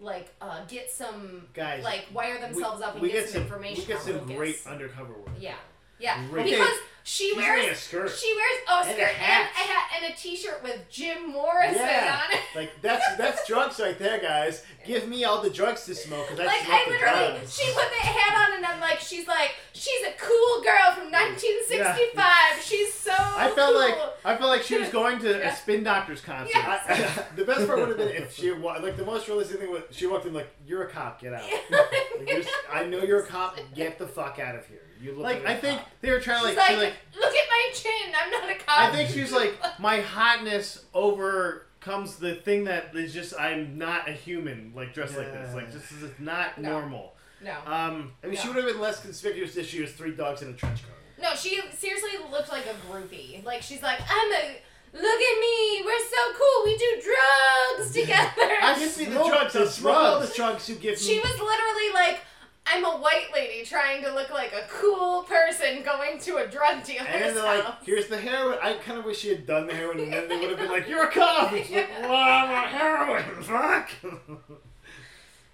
Speaker 3: like uh, get some
Speaker 4: Guys,
Speaker 3: like wire themselves up and
Speaker 4: we
Speaker 3: get, some, information.
Speaker 4: We get
Speaker 3: on
Speaker 4: some
Speaker 3: Lucas.
Speaker 4: great undercover work.
Speaker 3: Yeah. Yeah.
Speaker 4: Great.
Speaker 3: Because she
Speaker 4: She's
Speaker 3: wears
Speaker 4: wearing a skirt.
Speaker 3: she wears
Speaker 4: And
Speaker 3: a
Speaker 4: a
Speaker 3: skirt and a
Speaker 4: hat.
Speaker 3: hat and a t-shirt with Jim Morrison
Speaker 4: Yeah.
Speaker 3: on it.
Speaker 4: Like that's that's drugs right there, guys. Give me all the drugs to smoke because I
Speaker 3: Like
Speaker 4: smoke
Speaker 3: I
Speaker 4: the
Speaker 3: literally,
Speaker 4: drugs.
Speaker 3: she put that hat on, and I'm like, she's like, she's a cool girl from 1965. She's so.
Speaker 2: I felt
Speaker 3: cool.
Speaker 2: like I felt like she was going to
Speaker 3: Yeah.
Speaker 2: a spin doctor's concert.
Speaker 3: Yeah.
Speaker 4: I, the best part would have been if she wa- like the most realistic thing was she walked in like you're a cop, get out. Like, you're s- I know you're a cop. Get the fuck out of here. You look
Speaker 2: Like
Speaker 4: a
Speaker 2: I think
Speaker 4: cop.
Speaker 2: they were trying to
Speaker 3: She's
Speaker 2: like,
Speaker 3: like, "Um,
Speaker 2: she, like
Speaker 3: look at my chin. I'm not a cop.
Speaker 2: I think she's like my hotness overcomes the thing that is just I'm not a human like dressed like this. Like this is not
Speaker 3: No.
Speaker 2: normal.
Speaker 3: no,
Speaker 2: Um
Speaker 4: I mean, she
Speaker 3: Yeah.
Speaker 4: would have been less conspicuous if she was three dogs in a trench coat.
Speaker 3: no. She seriously looked like a groupie. Like she's like, I'm a. Look at me. We're so cool. We do drugs together.
Speaker 2: I
Speaker 4: Give me the
Speaker 2: Smoke
Speaker 4: drugs.
Speaker 2: the
Speaker 4: I'll smoke all
Speaker 2: drugs.
Speaker 4: the drugs you give me.
Speaker 3: She was literally like, I'm a white lady trying to look like a cool person going to a drug dealer's
Speaker 4: and then they're
Speaker 3: house.
Speaker 4: like, here's the heroin. I kind of wish she had done the heroin, and then they would have been like, you're a cop. It's like,
Speaker 3: Yeah.
Speaker 4: well, I'm a heroin. Fuck.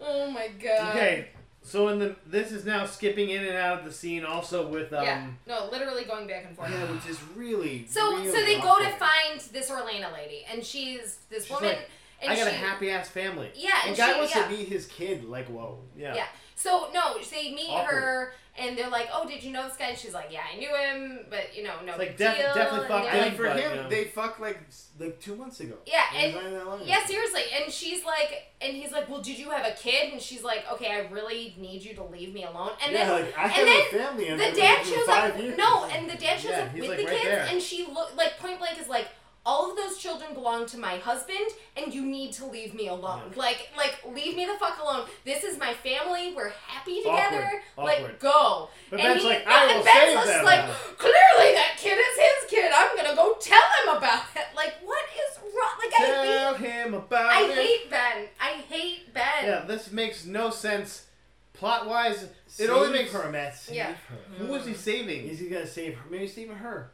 Speaker 3: oh my god.
Speaker 2: okay. So in the this is now skipping in and out of the scene also with um
Speaker 3: yeah. No, literally going back and forth.
Speaker 4: yeah, which is really.
Speaker 3: So
Speaker 4: really
Speaker 3: so they go to
Speaker 4: awkward.
Speaker 3: find this Orlana lady, and she's this
Speaker 2: She's
Speaker 3: woman.
Speaker 2: like,
Speaker 3: and
Speaker 2: I got
Speaker 3: she,
Speaker 2: a happy ass family.
Speaker 3: Yeah,
Speaker 4: The
Speaker 3: and
Speaker 4: guy
Speaker 3: she,
Speaker 4: wants
Speaker 3: yeah.
Speaker 4: to be his kid. Like, whoa.
Speaker 2: Yeah.
Speaker 3: Yeah. So no, they meet
Speaker 4: Awkward.
Speaker 3: her and they're like, "Oh, did you know this guy?" And she's like, "Yeah, I knew him, but you know, no
Speaker 2: It's like,
Speaker 3: big
Speaker 2: def-
Speaker 3: deal."
Speaker 2: definitely
Speaker 3: and
Speaker 2: fucked
Speaker 3: they're
Speaker 2: Yeah,
Speaker 4: And
Speaker 3: like,
Speaker 4: for
Speaker 2: but,
Speaker 4: him,
Speaker 2: you know.
Speaker 4: they fucked like s- like two months ago.
Speaker 3: Yeah,
Speaker 4: It
Speaker 3: and-
Speaker 4: was not that long ago.
Speaker 3: Yeah, seriously. And she's like, and he's like, well, did you have a kid? And she's like, okay, I really need you to leave me alone. And
Speaker 4: yeah,
Speaker 3: then,
Speaker 4: like, I have
Speaker 3: and
Speaker 4: a
Speaker 3: then
Speaker 4: family. and I've
Speaker 3: the
Speaker 4: been
Speaker 3: dad
Speaker 4: with you
Speaker 3: shows
Speaker 4: five
Speaker 3: up.
Speaker 4: years.
Speaker 3: No, and the dad shows
Speaker 2: Yeah,
Speaker 3: up
Speaker 2: he's,
Speaker 3: with
Speaker 2: like,
Speaker 3: the
Speaker 2: right
Speaker 3: kids,
Speaker 2: there.
Speaker 3: and she look like point blank is like, all of those children belong to my husband, and you need to leave me alone. Like, like leave me the fuck alone. This is my family. We're happy together.
Speaker 2: Awkward,
Speaker 3: Like,
Speaker 2: awkward.
Speaker 3: go.
Speaker 2: But
Speaker 3: and
Speaker 2: Ben's
Speaker 3: he,
Speaker 2: like, "I
Speaker 3: and
Speaker 2: will
Speaker 3: Ben's
Speaker 2: save
Speaker 3: just
Speaker 2: them."
Speaker 3: Like, clearly that kid is his kid. I'm gonna go tell him about it. Like, what is wrong? Like, I hate
Speaker 2: Tell him about
Speaker 3: I
Speaker 2: it.
Speaker 3: hate Ben. I hate Ben.
Speaker 2: yeah, this makes no sense plot wise. It
Speaker 4: Save
Speaker 2: only makes
Speaker 4: her a mess. Save
Speaker 3: Yeah.
Speaker 4: her.
Speaker 2: who is he saving?
Speaker 4: Is he gonna save her? Maybe saving her.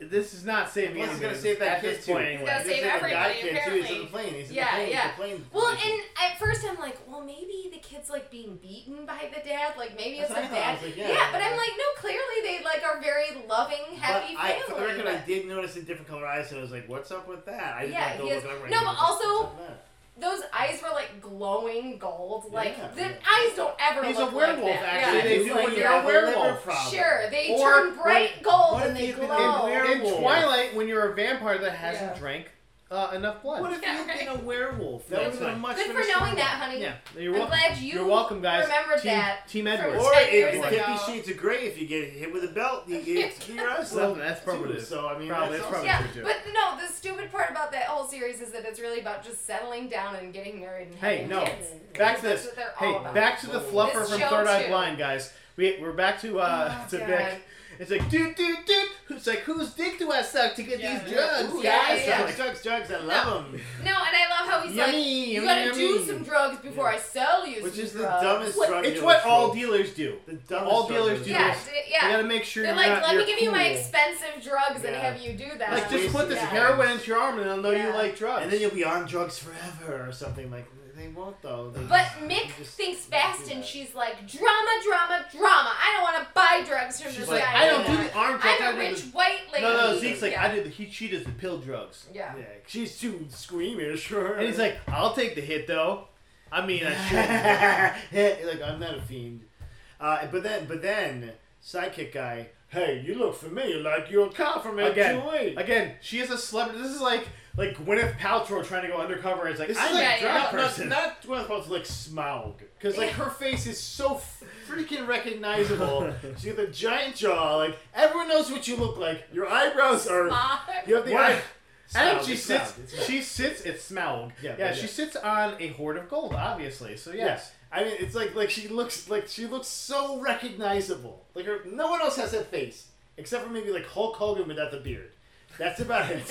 Speaker 2: This is not saving
Speaker 4: Plus, he's
Speaker 2: anybody.
Speaker 4: gonna save that
Speaker 2: at
Speaker 4: kid
Speaker 2: this
Speaker 4: too.
Speaker 2: point
Speaker 4: He's
Speaker 2: anyway.
Speaker 3: gotta save
Speaker 4: that guy
Speaker 3: everybody,
Speaker 4: kid, too. He's in
Speaker 3: apparently.
Speaker 4: the plane. He's in the
Speaker 3: Yeah,
Speaker 4: plane. He's
Speaker 3: yeah.
Speaker 4: in the plane.
Speaker 3: Well,
Speaker 4: He's in the
Speaker 3: and at first I'm like, well, maybe the kid's like being beaten by the dad. Like maybe it's
Speaker 4: That's
Speaker 3: the
Speaker 4: what I thought. I
Speaker 3: dad.
Speaker 4: was like, yeah.
Speaker 3: but I'm like, no. Clearly they like are very loving, happy
Speaker 4: but I, for the
Speaker 3: family.
Speaker 4: record, I
Speaker 3: but
Speaker 4: did notice a different color eyes, and I was like, "What's up with that?" I just yeah,
Speaker 3: Yeah,
Speaker 4: to
Speaker 3: he
Speaker 4: look
Speaker 3: has-
Speaker 4: up right
Speaker 3: no,
Speaker 4: now.
Speaker 3: but also-
Speaker 4: What's up with that?
Speaker 3: Those eyes were like glowing gold. Like
Speaker 4: Yeah.
Speaker 3: the eyes don't ever.
Speaker 2: He's
Speaker 3: look
Speaker 2: a werewolf,
Speaker 3: Like that.
Speaker 2: actually.
Speaker 3: Yeah.
Speaker 2: They
Speaker 4: He's
Speaker 2: do
Speaker 4: like,
Speaker 2: when
Speaker 4: you
Speaker 2: you're a
Speaker 4: have liver
Speaker 2: werewolf.
Speaker 4: problem.
Speaker 3: Sure, they
Speaker 2: Or
Speaker 3: turn
Speaker 2: what-
Speaker 3: bright gold
Speaker 4: what
Speaker 3: and
Speaker 4: if
Speaker 3: they
Speaker 4: you've been in
Speaker 3: glow.
Speaker 4: werewolf?
Speaker 2: In
Speaker 4: Werewolf.
Speaker 2: Twilight, when you're a vampire that hasn't
Speaker 3: Yeah.
Speaker 2: drank uh, enough blood.
Speaker 4: What if
Speaker 3: Yeah,
Speaker 4: you've
Speaker 3: right.
Speaker 4: been a werewolf? That
Speaker 2: Yeah,
Speaker 4: would have been a
Speaker 2: fine.
Speaker 4: much
Speaker 3: Good for
Speaker 4: better
Speaker 3: knowing
Speaker 4: story.
Speaker 3: that, honey.
Speaker 2: yeah, you're
Speaker 3: I'm
Speaker 2: welcome.
Speaker 3: glad you
Speaker 2: are welcome, guys.
Speaker 3: remembered
Speaker 2: Team,
Speaker 3: that
Speaker 2: Team
Speaker 3: from
Speaker 2: Edward.
Speaker 4: Or
Speaker 3: 10 years
Speaker 4: it, it could
Speaker 3: ago.
Speaker 4: be shades of gray if you get hit with a belt. You get your eyes
Speaker 2: Well,
Speaker 4: up,
Speaker 2: that's probably
Speaker 4: too.
Speaker 2: it.
Speaker 4: So I mean,
Speaker 2: Probably,
Speaker 4: that's
Speaker 2: it's probably
Speaker 3: Yeah,
Speaker 2: true, too.
Speaker 3: but no, the stupid part about that whole series is that it's really about just settling down and getting married and
Speaker 2: Hey,
Speaker 3: having
Speaker 2: no.
Speaker 3: kids.
Speaker 2: Back
Speaker 3: That's
Speaker 2: to this.
Speaker 3: what they're all
Speaker 2: Hey,
Speaker 3: about.
Speaker 2: back to the fluffer
Speaker 3: This
Speaker 2: from
Speaker 3: show,
Speaker 2: Third Eye
Speaker 3: too.
Speaker 2: Blind, guys. We, we're back to uh
Speaker 3: Oh,
Speaker 2: to
Speaker 3: God.
Speaker 2: Vic. It's like dude, dude, dude. It's like whose dick do I suck to get
Speaker 3: Yeah.
Speaker 2: these drugs,
Speaker 4: Ooh,
Speaker 3: Yeah,
Speaker 2: guys?
Speaker 3: yeah,
Speaker 2: I'm
Speaker 4: drugs,
Speaker 2: like,
Speaker 4: drugs, drugs. I love them.
Speaker 3: No, and I love how he's like,
Speaker 2: Yummy,
Speaker 3: you
Speaker 2: yummy,
Speaker 3: gotta do
Speaker 2: yummy."
Speaker 3: some drugs before I sell you
Speaker 4: Which
Speaker 3: some
Speaker 4: is the
Speaker 3: drugs.
Speaker 4: dumbest
Speaker 2: What-
Speaker 4: drug.
Speaker 2: it's
Speaker 4: dealer
Speaker 2: what all
Speaker 4: trope.
Speaker 2: dealers do.
Speaker 4: the dumbest
Speaker 2: all
Speaker 4: drug
Speaker 2: dealers
Speaker 4: dealer
Speaker 2: do
Speaker 3: Yeah,
Speaker 4: trope.
Speaker 2: this.
Speaker 3: d-
Speaker 2: You
Speaker 3: yeah.
Speaker 2: gotta make sure
Speaker 3: They're
Speaker 2: you're
Speaker 3: like,
Speaker 2: not,
Speaker 3: let
Speaker 2: you're
Speaker 3: me give you my
Speaker 2: cool.
Speaker 3: expensive drugs and
Speaker 4: Yeah.
Speaker 3: have you do that.
Speaker 2: Like just put this
Speaker 3: Yeah.
Speaker 2: heroin into your arm and I'll know
Speaker 3: Yeah.
Speaker 2: you like drugs.
Speaker 4: And then you'll be on drugs forever or something like. They won't though. They
Speaker 3: But
Speaker 4: just-
Speaker 3: Mick
Speaker 4: they just
Speaker 3: thinks
Speaker 4: don't do
Speaker 3: fast and
Speaker 4: that.
Speaker 3: she's like, drama, drama, drama. I don't want to buy drugs from
Speaker 2: She's
Speaker 3: this
Speaker 2: like,
Speaker 3: guy.
Speaker 2: I don't do
Speaker 3: anymore.
Speaker 2: the arm drugs. I
Speaker 3: I'm
Speaker 2: do
Speaker 3: a
Speaker 2: the-
Speaker 3: rich white lady.
Speaker 2: No, no, Zeke's like,
Speaker 3: yeah.
Speaker 2: I did the, he, she does the pill drugs.
Speaker 3: Yeah.
Speaker 4: Yeah, she's too screamy, sure.
Speaker 2: And he's like, I'll take the hit though. I mean, I should.
Speaker 4: like I'm not a fiend. Uh, but then, but then, sidekick guy. Hey, you look familiar, like you're a cop from
Speaker 2: Again.
Speaker 4: L2A.
Speaker 2: Again, she is a celebrity. This is like like Gwyneth Paltrow trying to go undercover. It's like
Speaker 4: This
Speaker 2: I'm
Speaker 4: is
Speaker 3: Yeah,
Speaker 2: a
Speaker 4: like
Speaker 3: yeah.
Speaker 2: drug
Speaker 4: not, not,
Speaker 2: person.
Speaker 4: not one of those like Smaug, because like her face is so freaking recognizable. she has a giant jaw. Like everyone knows what you look like. Your eyebrows are. You have the
Speaker 2: Why?
Speaker 4: eye.
Speaker 2: And
Speaker 4: Smaug,
Speaker 2: she
Speaker 4: it's
Speaker 2: sits.
Speaker 4: Smaug, it's Smaug.
Speaker 2: She sits. It's Smaug.
Speaker 4: Yeah,
Speaker 2: yeah.
Speaker 4: yeah.
Speaker 2: She sits on a hoard of gold, obviously. So yes.
Speaker 4: Yes. I mean, it's like like she looks like she looks so recognizable. Like her, no one else has that face except for maybe like Hulk Hogan without the beard. That's about it.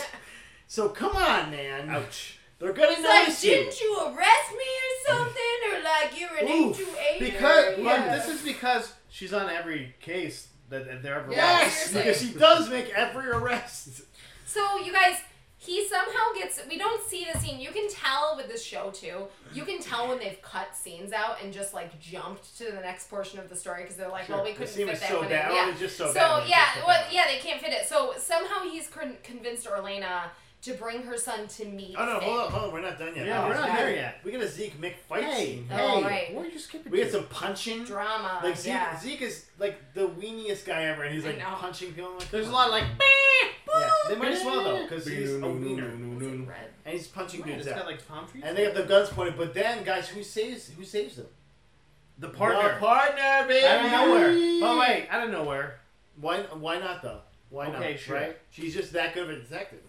Speaker 4: So come on, man.
Speaker 2: Ouch.
Speaker 4: They're gonna
Speaker 3: It's like,
Speaker 4: notice you.
Speaker 3: didn't you arrest me or something? Or like, you're an
Speaker 4: Oof.
Speaker 3: 828?
Speaker 2: Because
Speaker 3: or,
Speaker 2: well,
Speaker 3: yeah.
Speaker 2: this is because she's on every case that, that there ever
Speaker 3: Yeah,
Speaker 2: was.
Speaker 4: yes,
Speaker 3: seriously.
Speaker 4: because she does make every arrest.
Speaker 3: So you guys, he somehow gets. We don't see the scene. You can tell with this show too. You can tell when they've cut scenes out and just like jumped to the next portion of the story because they're like,
Speaker 4: Sure.
Speaker 3: well, we
Speaker 4: The
Speaker 3: couldn't
Speaker 4: scene
Speaker 3: fit
Speaker 4: was
Speaker 3: that
Speaker 4: so
Speaker 3: one
Speaker 4: bad.
Speaker 3: in.
Speaker 4: Oh,
Speaker 3: Yeah.
Speaker 4: it was just so
Speaker 3: so
Speaker 4: bad. It was
Speaker 3: yeah,
Speaker 4: just so
Speaker 3: well,
Speaker 4: bad.
Speaker 3: yeah, they can't fit it. So somehow he's con- convinced Orlena to bring her son to meet.
Speaker 4: Oh no,
Speaker 3: Finn.
Speaker 4: hold on, hold on. We're not done yet.
Speaker 2: Yeah,
Speaker 3: we're not
Speaker 4: there
Speaker 2: there yet.
Speaker 4: We got a Zeke Mick fight
Speaker 2: Hey,
Speaker 4: scene.
Speaker 2: hey,
Speaker 3: Oh, right.
Speaker 2: where are you skipping?
Speaker 4: We
Speaker 2: to?
Speaker 4: get some punching.
Speaker 3: Drama.
Speaker 4: Like Zeke,
Speaker 3: yeah.
Speaker 4: Zeke is like the weeniest guy ever, and he's
Speaker 3: I
Speaker 4: like
Speaker 3: know.
Speaker 4: punching people. I'm Like,
Speaker 2: There's a lot of like.
Speaker 4: Yeah, they might as well though, because he's a wiener, and
Speaker 3: Was it red?
Speaker 4: he's punching
Speaker 2: It's
Speaker 4: dudes out.
Speaker 2: got like palm trees.
Speaker 4: And they have the guns pointed, but then guys, who saves who saves them?
Speaker 2: the partner.
Speaker 4: The partner, baby.
Speaker 2: out of nowhere. But wait, out of nowhere.
Speaker 4: Why? Why not though? Why
Speaker 2: Okay,
Speaker 4: not?
Speaker 2: sure.
Speaker 4: Right? She's just that good of a detective.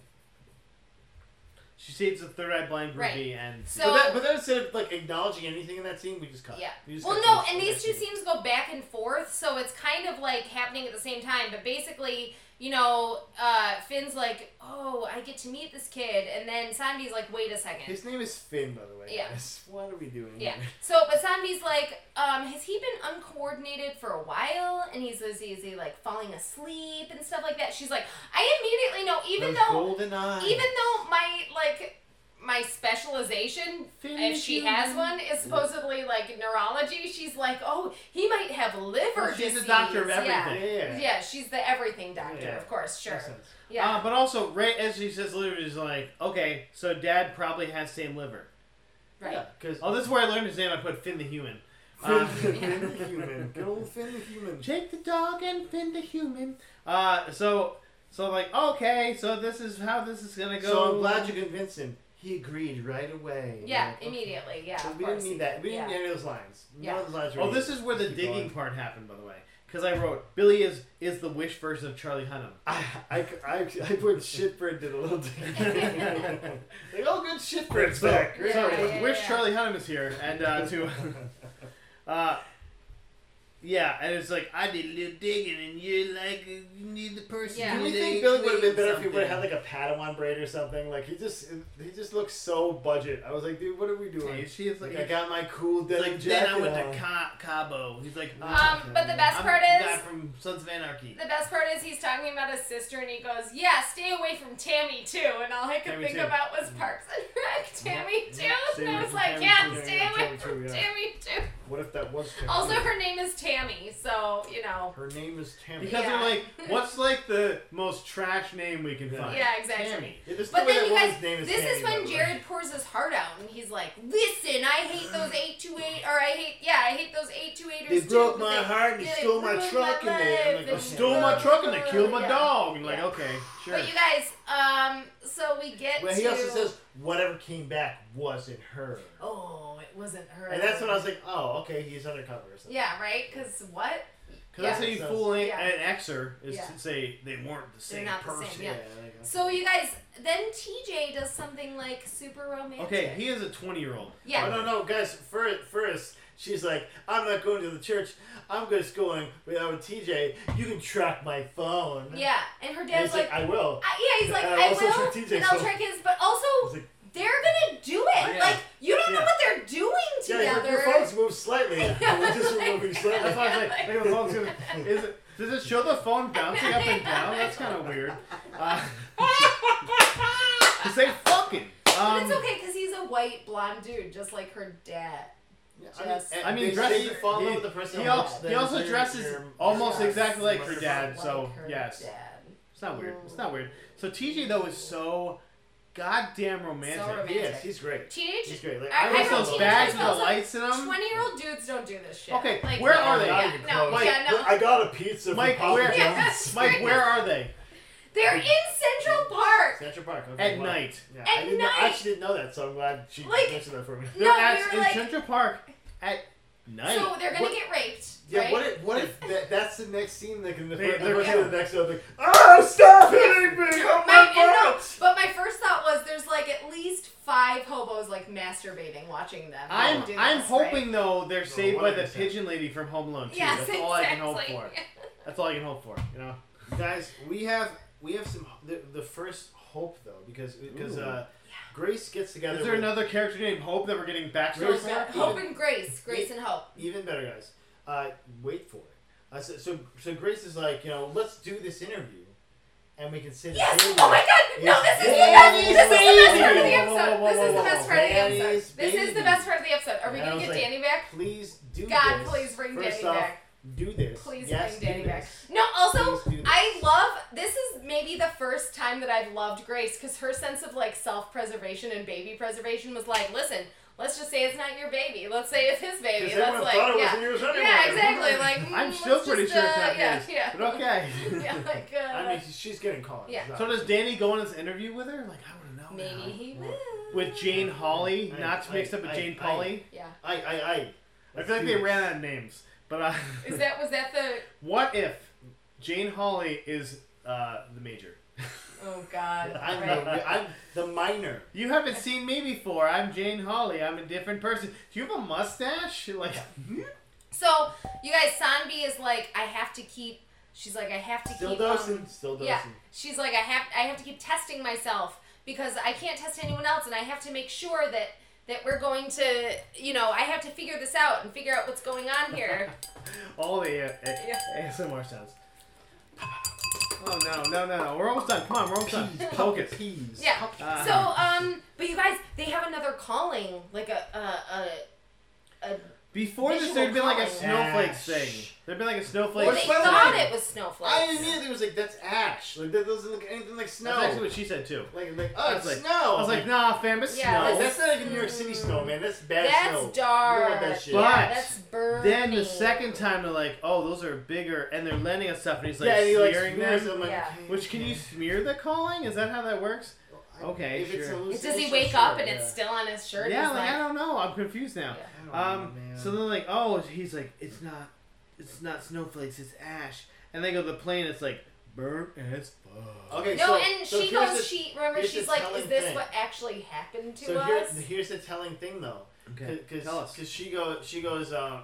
Speaker 2: She saves the third eye blind
Speaker 3: Right.
Speaker 2: groupie and
Speaker 3: So
Speaker 4: but, that, but then instead of like acknowledging anything in that scene, we just cut.
Speaker 3: Yeah.
Speaker 4: We just
Speaker 3: Well,
Speaker 4: cut
Speaker 3: no,
Speaker 4: to
Speaker 3: and these two
Speaker 4: scene.
Speaker 3: scenes go back and forth, so it's kind of like happening at the same time. But basically, you know, uh, Finn's like, "Oh, I get to meet this kid," and then Sanvi's like, "Wait a second.
Speaker 4: His name is Finn, by the way.
Speaker 3: Yeah.
Speaker 4: guys. What are we doing?
Speaker 3: Yeah.
Speaker 4: here?
Speaker 3: So, but Sanvi's like, um, "Has he been uncoordinated for a while?" And he's is he, is he like falling asleep and stuff like that? She's like, "I immediately know, even
Speaker 4: Those
Speaker 3: though,
Speaker 4: golden eyes.
Speaker 3: even though my like." My specialization, if she has one, is supposedly like neurology. She's like, oh, he might have liver
Speaker 2: Well, she's
Speaker 3: disease.
Speaker 2: a doctor of
Speaker 3: Yeah.
Speaker 2: everything.
Speaker 4: yeah.
Speaker 3: Yeah, she's the everything doctor,
Speaker 4: Yeah. Um,
Speaker 3: of course, sure.
Speaker 4: Makes sense.
Speaker 3: Yeah.
Speaker 2: Uh, but also, right as she says liver, she's like, okay, so dad probably has same liver.
Speaker 3: right.
Speaker 4: Yeah, because
Speaker 2: Oh, this is where I learned his name. I put Finn the human.
Speaker 4: Finn,
Speaker 2: Um,
Speaker 4: Finn the human, good old Finn the human.
Speaker 2: Jake the dog and Finn the human. Uh, so, so I'm like, okay, so this is how this is gonna go.
Speaker 4: So I'm glad you convinced him. He agreed right away.
Speaker 3: Yeah,
Speaker 4: Like, okay.
Speaker 3: immediately. Yeah.
Speaker 4: So
Speaker 3: of
Speaker 4: we didn't
Speaker 3: course.
Speaker 4: need that. We didn't
Speaker 3: Yeah.
Speaker 4: need any of those lines. None
Speaker 3: Yeah.
Speaker 4: of those lines were
Speaker 2: Oh,
Speaker 4: needed.
Speaker 2: this is where the
Speaker 4: Keep
Speaker 2: digging
Speaker 4: going.
Speaker 2: part happened, by the way, because I wrote Billy is is the wish version of Charlie Hunnam.
Speaker 4: I, I, I, I put shitbird did a little digging. like, oh, good shitbird's back.
Speaker 2: So,
Speaker 4: Great.
Speaker 2: so
Speaker 3: yeah, yeah,
Speaker 2: wish
Speaker 3: yeah.
Speaker 2: Charlie Hunnam is here, and uh, to, uh, yeah, and it's like I did a little digging, and you're like you need the person.
Speaker 3: Yeah.
Speaker 2: to
Speaker 4: Do you think
Speaker 2: dig
Speaker 4: Billy would have been
Speaker 2: something.
Speaker 4: better if he would have had like a Padawan braid or something? Like he just he just looks so budget. I was like, dude, what are we doing?
Speaker 2: Yeah, she is
Speaker 4: Like,
Speaker 2: like,
Speaker 4: I got my cool
Speaker 2: he's
Speaker 4: denim
Speaker 2: like then
Speaker 4: jacket.
Speaker 2: I went
Speaker 4: on.
Speaker 2: to Ca- Cabo. He's like,
Speaker 3: Um, but the best
Speaker 2: I'm
Speaker 3: part
Speaker 2: the
Speaker 3: is
Speaker 2: guy from Sons of Anarchy.
Speaker 3: the best part is he's talking about his sister and he goes, "Yeah, stay away from Tammy too." And all I could
Speaker 2: Tammy
Speaker 3: think
Speaker 2: too.
Speaker 3: about was Parks and Rec, Tammy too.
Speaker 4: Stay
Speaker 3: and I
Speaker 4: away
Speaker 3: was
Speaker 4: from
Speaker 3: like,
Speaker 4: Tammy
Speaker 3: "Yeah,
Speaker 4: too, yeah,
Speaker 3: stay
Speaker 4: yeah,
Speaker 3: away
Speaker 4: Tammy too,
Speaker 3: from
Speaker 4: yeah."
Speaker 3: Tammy too."
Speaker 4: What if that was Tammy?
Speaker 3: Also, her name is Tammy, so you know.
Speaker 4: her name is Tammy.
Speaker 2: Because
Speaker 3: Yeah.
Speaker 2: they're like, what's like the most trash name we can
Speaker 4: Yeah.
Speaker 2: find?
Speaker 3: Yeah, exactly.
Speaker 2: Tammy.
Speaker 4: Yeah, there's no
Speaker 3: But
Speaker 4: way
Speaker 3: then
Speaker 4: that
Speaker 3: you
Speaker 4: woman's
Speaker 3: guys,
Speaker 4: name
Speaker 3: this
Speaker 4: Tammy,
Speaker 3: is
Speaker 4: by the
Speaker 3: when
Speaker 4: way.
Speaker 3: Jared pours his heart out and he's like, "Listen, I hate those eight two eight, or I hate, yeah, I hate those eight two eighters."
Speaker 4: They broke my heart and they stole my truck and they- I'm like, okay.
Speaker 2: Stole my truck and they killed my
Speaker 3: Uh, Yeah.
Speaker 2: dog. And like,
Speaker 3: Yeah.
Speaker 2: okay, sure.
Speaker 3: But you guys, um, so we get
Speaker 4: Well,
Speaker 3: to.
Speaker 4: he also says whatever came back wasn't her.
Speaker 3: "Oh, it wasn't her."
Speaker 4: And that's when I was like, oh, okay, he's undercover or something.
Speaker 3: Yeah, right. Because what?
Speaker 2: Because that's how you
Speaker 4: So-
Speaker 2: fool an,
Speaker 3: Yeah.
Speaker 2: an exer is
Speaker 3: Yeah.
Speaker 2: to say they weren't the same
Speaker 3: not the same,
Speaker 2: person.
Speaker 3: yeah.
Speaker 4: like, okay.
Speaker 3: So you guys, then TJ does something like super romantic.
Speaker 2: Okay, he is a 20 year old.
Speaker 3: Yeah.
Speaker 4: Oh, no, no, guys, first, first, she's like, I'm not going to the church. I'm just going without TJ. You can track my phone.
Speaker 3: yeah, and her
Speaker 4: And
Speaker 3: dad's
Speaker 4: he's like,
Speaker 3: like,
Speaker 4: I will.
Speaker 3: I, yeah, he's like,
Speaker 2: uh,
Speaker 4: And
Speaker 3: I
Speaker 4: also
Speaker 3: will,
Speaker 4: TJ,
Speaker 3: and I'll
Speaker 4: so-
Speaker 3: track his, but also
Speaker 4: He's like,
Speaker 3: they're gonna do it.
Speaker 2: Oh, Yeah.
Speaker 3: Like you don't know
Speaker 4: Yeah.
Speaker 3: what they're doing together.
Speaker 4: yeah, your, your phone's moved slightly. We're just moving
Speaker 2: That's
Speaker 4: slightly.
Speaker 2: why I was like, like the phone's gonna, is it, does it show the phone bouncing up and down? That's kind of weird. Uh, to say um, fucking. Um,
Speaker 3: but it's okay because he's a white blonde dude, just like her dad.
Speaker 4: Yeah,
Speaker 3: Just-
Speaker 4: and
Speaker 2: I mean,
Speaker 4: they
Speaker 2: dress-
Speaker 4: say you follow
Speaker 2: he-
Speaker 4: the person.
Speaker 2: he
Speaker 4: who
Speaker 2: al-
Speaker 4: looks
Speaker 2: he
Speaker 4: them,
Speaker 2: also
Speaker 4: you're-
Speaker 2: dresses
Speaker 4: you're-
Speaker 2: almost
Speaker 4: you're-
Speaker 2: exactly like her
Speaker 4: you're-
Speaker 2: dad,
Speaker 3: Like
Speaker 2: so,
Speaker 3: her
Speaker 2: yes.
Speaker 3: dad.
Speaker 2: It's not weird. It's not weird. So TJ though is so goddamn romantic.
Speaker 3: So romantic.
Speaker 4: He is. He's great. He's
Speaker 3: Teenage
Speaker 4: great. Like, I,
Speaker 3: I- I
Speaker 2: Puts
Speaker 4: love
Speaker 3: don't
Speaker 2: those
Speaker 3: think
Speaker 2: bags
Speaker 3: he
Speaker 2: with the
Speaker 3: does, like,
Speaker 2: lights in them.
Speaker 3: Twenty-year-old dudes don't do this shit.
Speaker 2: Um, Okay,
Speaker 3: like,
Speaker 2: where
Speaker 3: no,
Speaker 2: are they?
Speaker 3: Yeah,
Speaker 4: Not even
Speaker 3: no,
Speaker 4: close.
Speaker 3: yeah, no.
Speaker 4: I got a pizza
Speaker 2: Mike,
Speaker 4: from Papa
Speaker 2: where-
Speaker 4: John's.
Speaker 3: Yeah. Yes.
Speaker 2: Mike, where are they?
Speaker 3: They're in Central Park.
Speaker 4: Central Park. Okay,
Speaker 2: At
Speaker 4: wow.
Speaker 2: night.
Speaker 4: Yeah,
Speaker 3: At
Speaker 4: I, didn't Know,
Speaker 3: night.
Speaker 4: I actually didn't know that, so I'm glad she
Speaker 3: Like-
Speaker 4: mentioned that for me.
Speaker 3: No,
Speaker 2: They're at,
Speaker 3: we
Speaker 2: in
Speaker 3: were like-
Speaker 2: Central Park at night.
Speaker 3: So they're gonna
Speaker 4: What-
Speaker 3: get raped.
Speaker 4: Yeah,
Speaker 3: right?
Speaker 4: what if, what if that, that's the next scene? Like in the,
Speaker 2: They-
Speaker 4: first, the
Speaker 2: they're
Speaker 4: first scene
Speaker 2: killed.
Speaker 4: of the next episode, like,
Speaker 2: "Ah,
Speaker 4: oh, stop hitting me! Oh
Speaker 3: My-
Speaker 4: my
Speaker 3: and no,
Speaker 4: God!
Speaker 3: but my first thought was there's like at least five hobos like masturbating watching them.
Speaker 2: I'm
Speaker 3: like, do
Speaker 2: I'm
Speaker 3: this,
Speaker 2: hoping
Speaker 3: Right?
Speaker 2: though they're saved by the
Speaker 4: 100%.
Speaker 2: pigeon lady from Home Alone too.
Speaker 3: Yes,
Speaker 2: That's all I can hope
Speaker 3: exactly.
Speaker 2: for. That's all I can hope for. You know.
Speaker 4: Guys, we have we have some the, the first hope though because because
Speaker 2: Ooh.
Speaker 4: uh, Grace gets together.
Speaker 2: Is there
Speaker 4: with,
Speaker 2: another character named Hope that we're getting backstory
Speaker 4: Grace-
Speaker 2: for?
Speaker 3: Hope and Grace, Grace and Hope.
Speaker 4: Even better, guys. Uh, wait for it. Uh, so, so so Grace is like, you know, let's do this interview, and we can sit.
Speaker 3: Yes!
Speaker 4: and
Speaker 3: Oh my God! No,
Speaker 4: Yes.
Speaker 3: this is the best. This is the
Speaker 4: Danny's baby.
Speaker 3: best part of the episode. This is the
Speaker 4: Danny's baby.
Speaker 3: best part of the episode. This is the best part of the episode. Are we
Speaker 4: And I
Speaker 3: gonna
Speaker 4: was
Speaker 3: get
Speaker 4: like,
Speaker 3: Danny back?
Speaker 4: Please do
Speaker 3: God,
Speaker 4: this.
Speaker 3: please bring
Speaker 4: First
Speaker 3: Danny
Speaker 4: off,
Speaker 3: back.
Speaker 4: Do this.
Speaker 3: Please
Speaker 4: yes,
Speaker 3: bring Danny
Speaker 4: do
Speaker 3: back.
Speaker 4: this.
Speaker 3: No, also,
Speaker 4: Please do this.
Speaker 3: I love this is maybe the first time that I've loved Grace because her sense of like self preservation and baby preservation was like, listen, let's just say it's not your baby. Let's say it's his baby.
Speaker 4: Because everyone
Speaker 3: That's like,
Speaker 4: thought it was
Speaker 3: yeah.
Speaker 4: yours anyway.
Speaker 3: yeah, exactly. Like, mm,
Speaker 2: I'm
Speaker 3: let's
Speaker 2: still pretty
Speaker 3: just,
Speaker 2: sure it's
Speaker 3: uh,
Speaker 2: not
Speaker 3: yeah,
Speaker 2: his,
Speaker 3: yeah.
Speaker 2: but okay.
Speaker 3: yeah, like,
Speaker 4: I
Speaker 3: uh,
Speaker 4: mean, she's getting called.
Speaker 3: Yeah.
Speaker 2: so does Danny go on this interview with her? Like I want to know. now.
Speaker 3: maybe he
Speaker 4: Well,
Speaker 3: will.
Speaker 2: With Jane Holly,
Speaker 4: I-
Speaker 2: not to
Speaker 4: I-
Speaker 2: mix up with
Speaker 4: I-
Speaker 2: Jane
Speaker 4: I-
Speaker 2: Polly.
Speaker 3: Yeah.
Speaker 4: I, I, I.
Speaker 2: I feel like they ran out of names. But uh,
Speaker 3: Is that was that the?
Speaker 2: what if Jane Holly is uh, the major?
Speaker 3: Oh God.
Speaker 4: I'm,
Speaker 3: right.
Speaker 4: the, I'm the minor.
Speaker 2: You haven't seen me before. I'm Jane Holly. I'm a different person. Do you have a mustache? Like,
Speaker 3: So you guys, Sanbi is like, I have to keep. She's like, I have to
Speaker 4: Still
Speaker 3: keep.
Speaker 4: dosing.
Speaker 3: um,
Speaker 4: still dosing.
Speaker 3: Yeah, she's like, I have, I have to keep testing myself because I can't test anyone else, and I have to make sure that that we're going to, you know, I have to figure this out and figure out what's going on here.
Speaker 2: all the uh, uh,
Speaker 3: Yeah.
Speaker 2: ASMR sounds. Oh no, no, no, no! We're almost done. Come on, we're almost done. Focus.
Speaker 4: Peas.
Speaker 3: yeah.
Speaker 2: Uh,
Speaker 3: So, um, but you guys, they have another calling, like a, a, a, a
Speaker 2: Before this,
Speaker 3: Visual
Speaker 2: there'd been like a
Speaker 3: calling.
Speaker 2: snowflake
Speaker 4: Ash.
Speaker 2: thing. There'd been like a snowflake.
Speaker 3: well,
Speaker 4: Like
Speaker 3: they
Speaker 2: thing.
Speaker 4: snowflakes.
Speaker 3: thought it was snowflakes.
Speaker 4: I immediately was like, that's ash. Like that doesn't look anything like snow.
Speaker 2: That's actually what she said too.
Speaker 4: like like oh,
Speaker 2: That's
Speaker 4: it's
Speaker 2: like-
Speaker 4: snow.
Speaker 2: I was like, nah, fam, it's
Speaker 3: Yeah,
Speaker 2: snow.
Speaker 4: Like, that's not even New York City snow, man. That's bad
Speaker 3: That's
Speaker 4: snow.
Speaker 3: dark.
Speaker 4: You don't want that shit.
Speaker 3: Yeah,
Speaker 2: But
Speaker 3: that's burning.
Speaker 2: Then the second time they're like, oh, those are bigger, and they're lending us stuff, and he's like
Speaker 4: yeah, and he like
Speaker 2: smearing
Speaker 4: smears
Speaker 2: them.
Speaker 4: them, like,
Speaker 3: Yeah.
Speaker 2: Which can you smear the calling? Is that how that works?
Speaker 4: I-
Speaker 2: okay,
Speaker 4: if it's
Speaker 2: sure.
Speaker 4: hallucination,
Speaker 3: Does he wake
Speaker 4: sure,
Speaker 3: up and
Speaker 4: yeah.
Speaker 3: it's still on his shirt?
Speaker 2: yeah,
Speaker 3: He's
Speaker 2: like, I don't know. I'm confused now.
Speaker 3: Yeah.
Speaker 4: I don't
Speaker 2: Um,
Speaker 4: know, man.
Speaker 2: so they're like, oh, he's like, it's not, it's not snowflakes, it's ash, and they go to the plane. It's like burnt as fuck.
Speaker 4: okay,
Speaker 3: No,
Speaker 4: so,
Speaker 3: and
Speaker 4: so
Speaker 3: she
Speaker 4: here's
Speaker 3: goes.
Speaker 4: the-
Speaker 3: she remember
Speaker 4: here's
Speaker 3: she's
Speaker 4: the
Speaker 3: like,
Speaker 4: telling
Speaker 3: "Is this
Speaker 4: thing.
Speaker 3: what actually happened to
Speaker 4: So here,
Speaker 3: us?"
Speaker 4: here's the telling thing though,
Speaker 2: Okay, tell us.
Speaker 4: because she goes she goes um,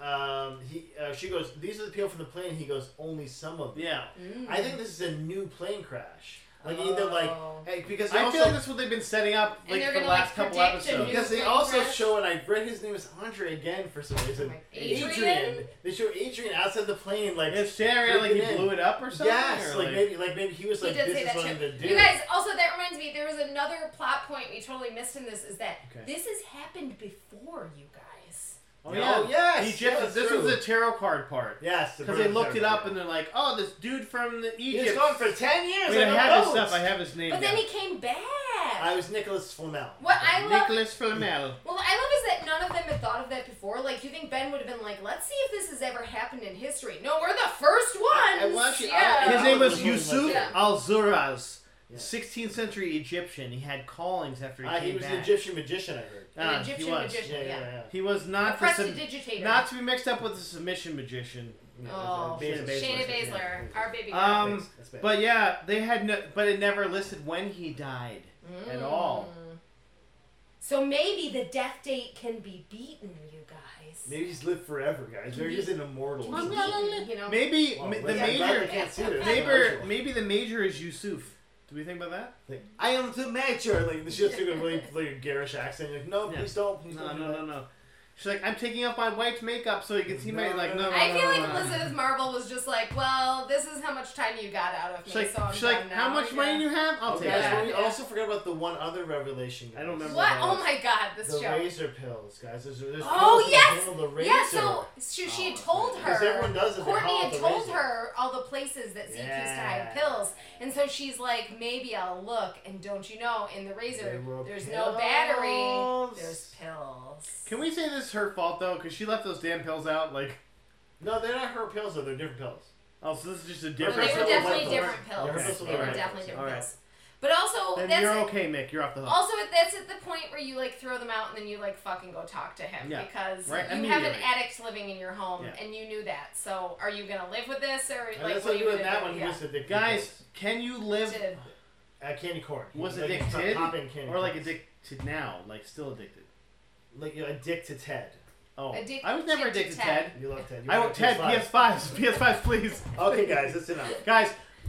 Speaker 4: um he uh, she goes these are the people from the plane. He goes only some of them.
Speaker 2: Yeah,
Speaker 3: Mm.
Speaker 4: I think this is a new plane crash. Like either like
Speaker 3: Oh.
Speaker 4: hey, because
Speaker 2: I
Speaker 4: also,
Speaker 2: feel like that's what they've been setting up
Speaker 3: And
Speaker 2: like
Speaker 3: they're
Speaker 2: for the
Speaker 3: gonna,
Speaker 2: last
Speaker 3: like,
Speaker 2: couple
Speaker 3: predict a
Speaker 2: episodes.
Speaker 3: new-
Speaker 4: because they
Speaker 3: plane
Speaker 4: also
Speaker 3: crash.
Speaker 4: show and I read his name is Andre again for some reason.
Speaker 3: my- Adrian?
Speaker 4: They show Adrian outside the plane like
Speaker 2: Is Sherry like he
Speaker 4: freaking in.
Speaker 2: blew it up or something?
Speaker 4: yes,
Speaker 2: or,
Speaker 4: like maybe like maybe he was
Speaker 3: he
Speaker 4: like
Speaker 3: did
Speaker 4: this
Speaker 3: say
Speaker 4: is what I'm
Speaker 3: that
Speaker 4: gonna
Speaker 3: too.
Speaker 4: do.
Speaker 3: You guys, also that reminds me, there was another plot point we totally missed in this. Is that
Speaker 2: Okay.
Speaker 3: this has happened before, you guys?
Speaker 2: Oh,
Speaker 4: Oh,
Speaker 2: yeah.
Speaker 4: yes,
Speaker 2: Egypt.
Speaker 4: yes,
Speaker 2: this
Speaker 4: true.
Speaker 2: was the tarot card part
Speaker 4: yes
Speaker 2: because they looked it up and
Speaker 4: then
Speaker 2: they're like, "Oh, this dude from the
Speaker 4: he was
Speaker 2: Egypt."
Speaker 4: gone for ten years.
Speaker 2: Wait, I
Speaker 4: on the
Speaker 2: have his
Speaker 4: roads.
Speaker 2: stuff. I have his name.
Speaker 3: But then
Speaker 2: down.
Speaker 3: he came back.
Speaker 4: I was Nicholas Flamel.
Speaker 3: what I love,
Speaker 2: Nicholas Flamel.
Speaker 3: well, what I love is that none of them had thought of that before. Like, you think Ben would have been like, "Let's see if this has ever happened in history." No, we're the first ones.
Speaker 4: well, actually,
Speaker 3: yeah.
Speaker 4: I-
Speaker 2: His name was
Speaker 4: Yeah.
Speaker 2: Yusuf
Speaker 3: Yeah.
Speaker 2: Al Zuraz,
Speaker 4: Yeah.
Speaker 2: 16th century Egyptian. He had callings after he
Speaker 4: Uh,
Speaker 2: came
Speaker 4: he was
Speaker 2: back.
Speaker 4: an Egyptian magician, I heard.
Speaker 2: Ah,
Speaker 3: An Egyptian
Speaker 2: he was.
Speaker 3: magician.
Speaker 4: Yeah, yeah,
Speaker 3: yeah.
Speaker 4: yeah.
Speaker 2: He was
Speaker 3: A
Speaker 2: not the sub-
Speaker 3: prestidigitator.
Speaker 2: not to be mixed up with the submission magician.
Speaker 4: Yeah,
Speaker 3: Oh,
Speaker 4: that's a-
Speaker 2: Shayna Baszler.
Speaker 3: Shayna
Speaker 2: Baszler,
Speaker 3: Baszler,
Speaker 4: yeah.
Speaker 3: our baby girl.
Speaker 2: Um,
Speaker 4: That's bad.
Speaker 2: but yeah, they had no, but it never listed when he died
Speaker 3: Mm.
Speaker 2: at all.
Speaker 3: So maybe the death date can be beaten, you guys.
Speaker 4: maybe he's lived forever, guys. Maybe he's an immortal.
Speaker 3: Can
Speaker 4: or
Speaker 3: be
Speaker 4: something.
Speaker 3: beaten, you know.
Speaker 2: Maybe
Speaker 4: Wow,
Speaker 2: ma-
Speaker 4: wait,
Speaker 2: the
Speaker 4: I'm glad
Speaker 2: major,
Speaker 4: they can't see this.
Speaker 2: maybe, maybe the major is Yusuf. Did we think about that?
Speaker 4: Like, I am the major. Like this shit's doing a really like, garish accent. Like, no,
Speaker 2: Yeah.
Speaker 4: please don't. Please
Speaker 2: No,
Speaker 4: don't do
Speaker 2: no,
Speaker 4: that.
Speaker 2: no, no. She's like, I'm taking off my white makeup so you can see my
Speaker 4: No,
Speaker 2: like. No,
Speaker 4: no,
Speaker 2: no,
Speaker 3: I
Speaker 2: no,
Speaker 3: feel
Speaker 2: no,
Speaker 3: like
Speaker 2: no.
Speaker 3: Elizabeth Marvel was just like, well, this is how much time you got out of me,
Speaker 2: She's like,
Speaker 3: so I'm
Speaker 2: she's
Speaker 3: done
Speaker 2: like
Speaker 3: now.
Speaker 2: how much money do you have? I'll
Speaker 4: Oh,
Speaker 2: take
Speaker 4: guys,
Speaker 2: it.
Speaker 3: Yeah.
Speaker 4: but we also forgot about the one other revelation.
Speaker 2: I don't
Speaker 4: guys.
Speaker 2: remember
Speaker 3: What?
Speaker 2: that.
Speaker 3: Oh my god, this
Speaker 4: The
Speaker 3: show.
Speaker 4: razor pills, guys. There's, there's
Speaker 3: Oh,
Speaker 4: pills that
Speaker 3: yes!
Speaker 4: handle the razor.
Speaker 3: Yeah, so she, she had told her.
Speaker 4: Because everyone does it. They
Speaker 3: Courtney
Speaker 4: call it
Speaker 3: had
Speaker 4: the
Speaker 3: told
Speaker 4: razor.
Speaker 3: her all the places that Zeke used to hide pills, and so she's like, maybe I'll look. And don't you know, in the
Speaker 4: They
Speaker 3: razor,
Speaker 4: were
Speaker 3: there's no
Speaker 4: pills.
Speaker 3: battery. There's pills.
Speaker 2: Can we say this is her fault though? Because she left those damn pills out. Like,
Speaker 4: No, they're not her pills though. They're different pills.
Speaker 2: oh, so this is just a
Speaker 3: they
Speaker 2: different.
Speaker 3: were
Speaker 4: pills.
Speaker 3: definitely
Speaker 4: Pills.
Speaker 3: different pills.
Speaker 4: Yeah,
Speaker 2: pills.
Speaker 3: They were
Speaker 2: Alright.
Speaker 3: definitely different
Speaker 2: Alright.
Speaker 3: pills. But also,
Speaker 2: Then
Speaker 3: that's
Speaker 2: you're okay, Mick. You're off the hook.
Speaker 3: Also, that's at the point where you like throw them out and then you like fucking go talk to him
Speaker 2: Yeah.
Speaker 3: because
Speaker 2: Right,
Speaker 3: you have an
Speaker 2: immediately.
Speaker 3: addict living in your home
Speaker 2: Yeah.
Speaker 3: and you knew that. So, are you gonna live with this or
Speaker 4: And
Speaker 3: like
Speaker 4: that's
Speaker 3: what
Speaker 4: what you
Speaker 3: are you
Speaker 4: did
Speaker 3: gonna
Speaker 4: that
Speaker 3: do?
Speaker 4: one. He
Speaker 3: Yeah.
Speaker 4: was addicted.
Speaker 2: guys, can you live
Speaker 3: Did-
Speaker 4: at candy corn. He
Speaker 2: was
Speaker 4: like,
Speaker 2: addicted
Speaker 4: popping candy
Speaker 2: or like
Speaker 4: corns.
Speaker 2: addicted now? Like still addicted?
Speaker 4: like you're addicted to Ted.
Speaker 2: Oh,
Speaker 3: Addicted
Speaker 2: I was never
Speaker 3: to
Speaker 2: addicted to
Speaker 3: Ted.
Speaker 2: Ted.
Speaker 4: You love Ted. You
Speaker 2: I
Speaker 4: want
Speaker 2: want Ted
Speaker 4: PS5.
Speaker 2: PS5s, PS5s, please.
Speaker 4: Okay, guys, that's enough.
Speaker 2: Guys,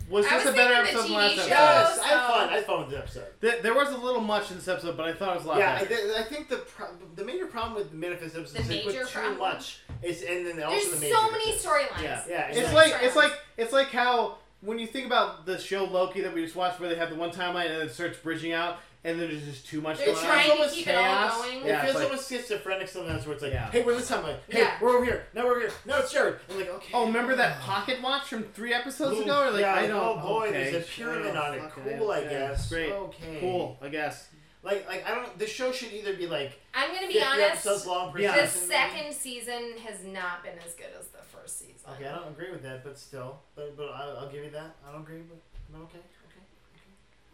Speaker 2: was
Speaker 3: I
Speaker 2: this
Speaker 3: was
Speaker 2: a better
Speaker 3: thinking
Speaker 2: episode
Speaker 3: of
Speaker 2: than
Speaker 3: the
Speaker 2: last
Speaker 3: TV
Speaker 2: episode?
Speaker 3: show.
Speaker 4: Yes, I had
Speaker 3: so-
Speaker 4: fun. I had fun with the episode.
Speaker 2: Th- There was a little much in this episode, but I thought it was a lot
Speaker 4: Yeah, I,
Speaker 2: better.
Speaker 4: th- I think the pro- the major problem with the manifest episode
Speaker 3: The
Speaker 4: is they put
Speaker 3: major
Speaker 4: too
Speaker 3: problem?
Speaker 4: much. It's and then also the
Speaker 3: There's
Speaker 4: major.
Speaker 3: so many
Speaker 4: episodes.
Speaker 3: storylines.
Speaker 2: Yeah.
Speaker 4: Yeah,
Speaker 2: It's,
Speaker 4: It's
Speaker 2: like
Speaker 3: like-
Speaker 2: it's like it's like how when you think about the show Loki that we just watched, where they have the one timeline and then it starts bridging out, and there's just too much
Speaker 3: They're
Speaker 2: going
Speaker 3: trying
Speaker 2: on.
Speaker 3: to keep it all going.
Speaker 4: It
Speaker 2: Yeah, it's
Speaker 4: feels
Speaker 2: like-
Speaker 4: almost schizophrenic sometimes where it's like,
Speaker 2: Yeah.
Speaker 4: hey, we're this timeline. Hey,
Speaker 3: Yeah.
Speaker 4: we're over here. Now we're over here. Now it's Jared. I'm like, okay.
Speaker 2: Oh, remember that pocket watch from three episodes
Speaker 4: Ooh,
Speaker 2: ago? Or like,
Speaker 4: yeah,
Speaker 2: I don't.
Speaker 4: oh boy,
Speaker 2: okay.
Speaker 4: there's a pyramid
Speaker 2: Oh,
Speaker 4: on it.
Speaker 2: fuck
Speaker 4: Cool, I
Speaker 2: yeah,
Speaker 4: guess. Oh,
Speaker 2: Great.
Speaker 4: Okay.
Speaker 2: Cool, I guess.
Speaker 4: Like, like I don't. The show should either be like
Speaker 3: I'm gonna
Speaker 4: 50
Speaker 3: be honest.
Speaker 4: episodes long per
Speaker 2: Yeah.
Speaker 3: The
Speaker 4: season.
Speaker 3: second season has not been as good as the first season.
Speaker 4: Okay, I don't agree with that, but still, but but I'll, I'll give you that. I don't agree, but no, okay, okay.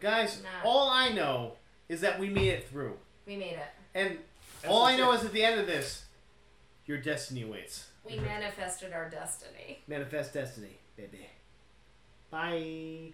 Speaker 2: Guys,
Speaker 3: Nah.
Speaker 2: all I know is that we made it through.
Speaker 3: We made it.
Speaker 2: And
Speaker 4: That's
Speaker 2: all
Speaker 4: the
Speaker 2: I know
Speaker 4: shit.
Speaker 2: is at the end of this, your destiny waits.
Speaker 3: We manifested our destiny.
Speaker 2: Manifest destiny, baby. Bye.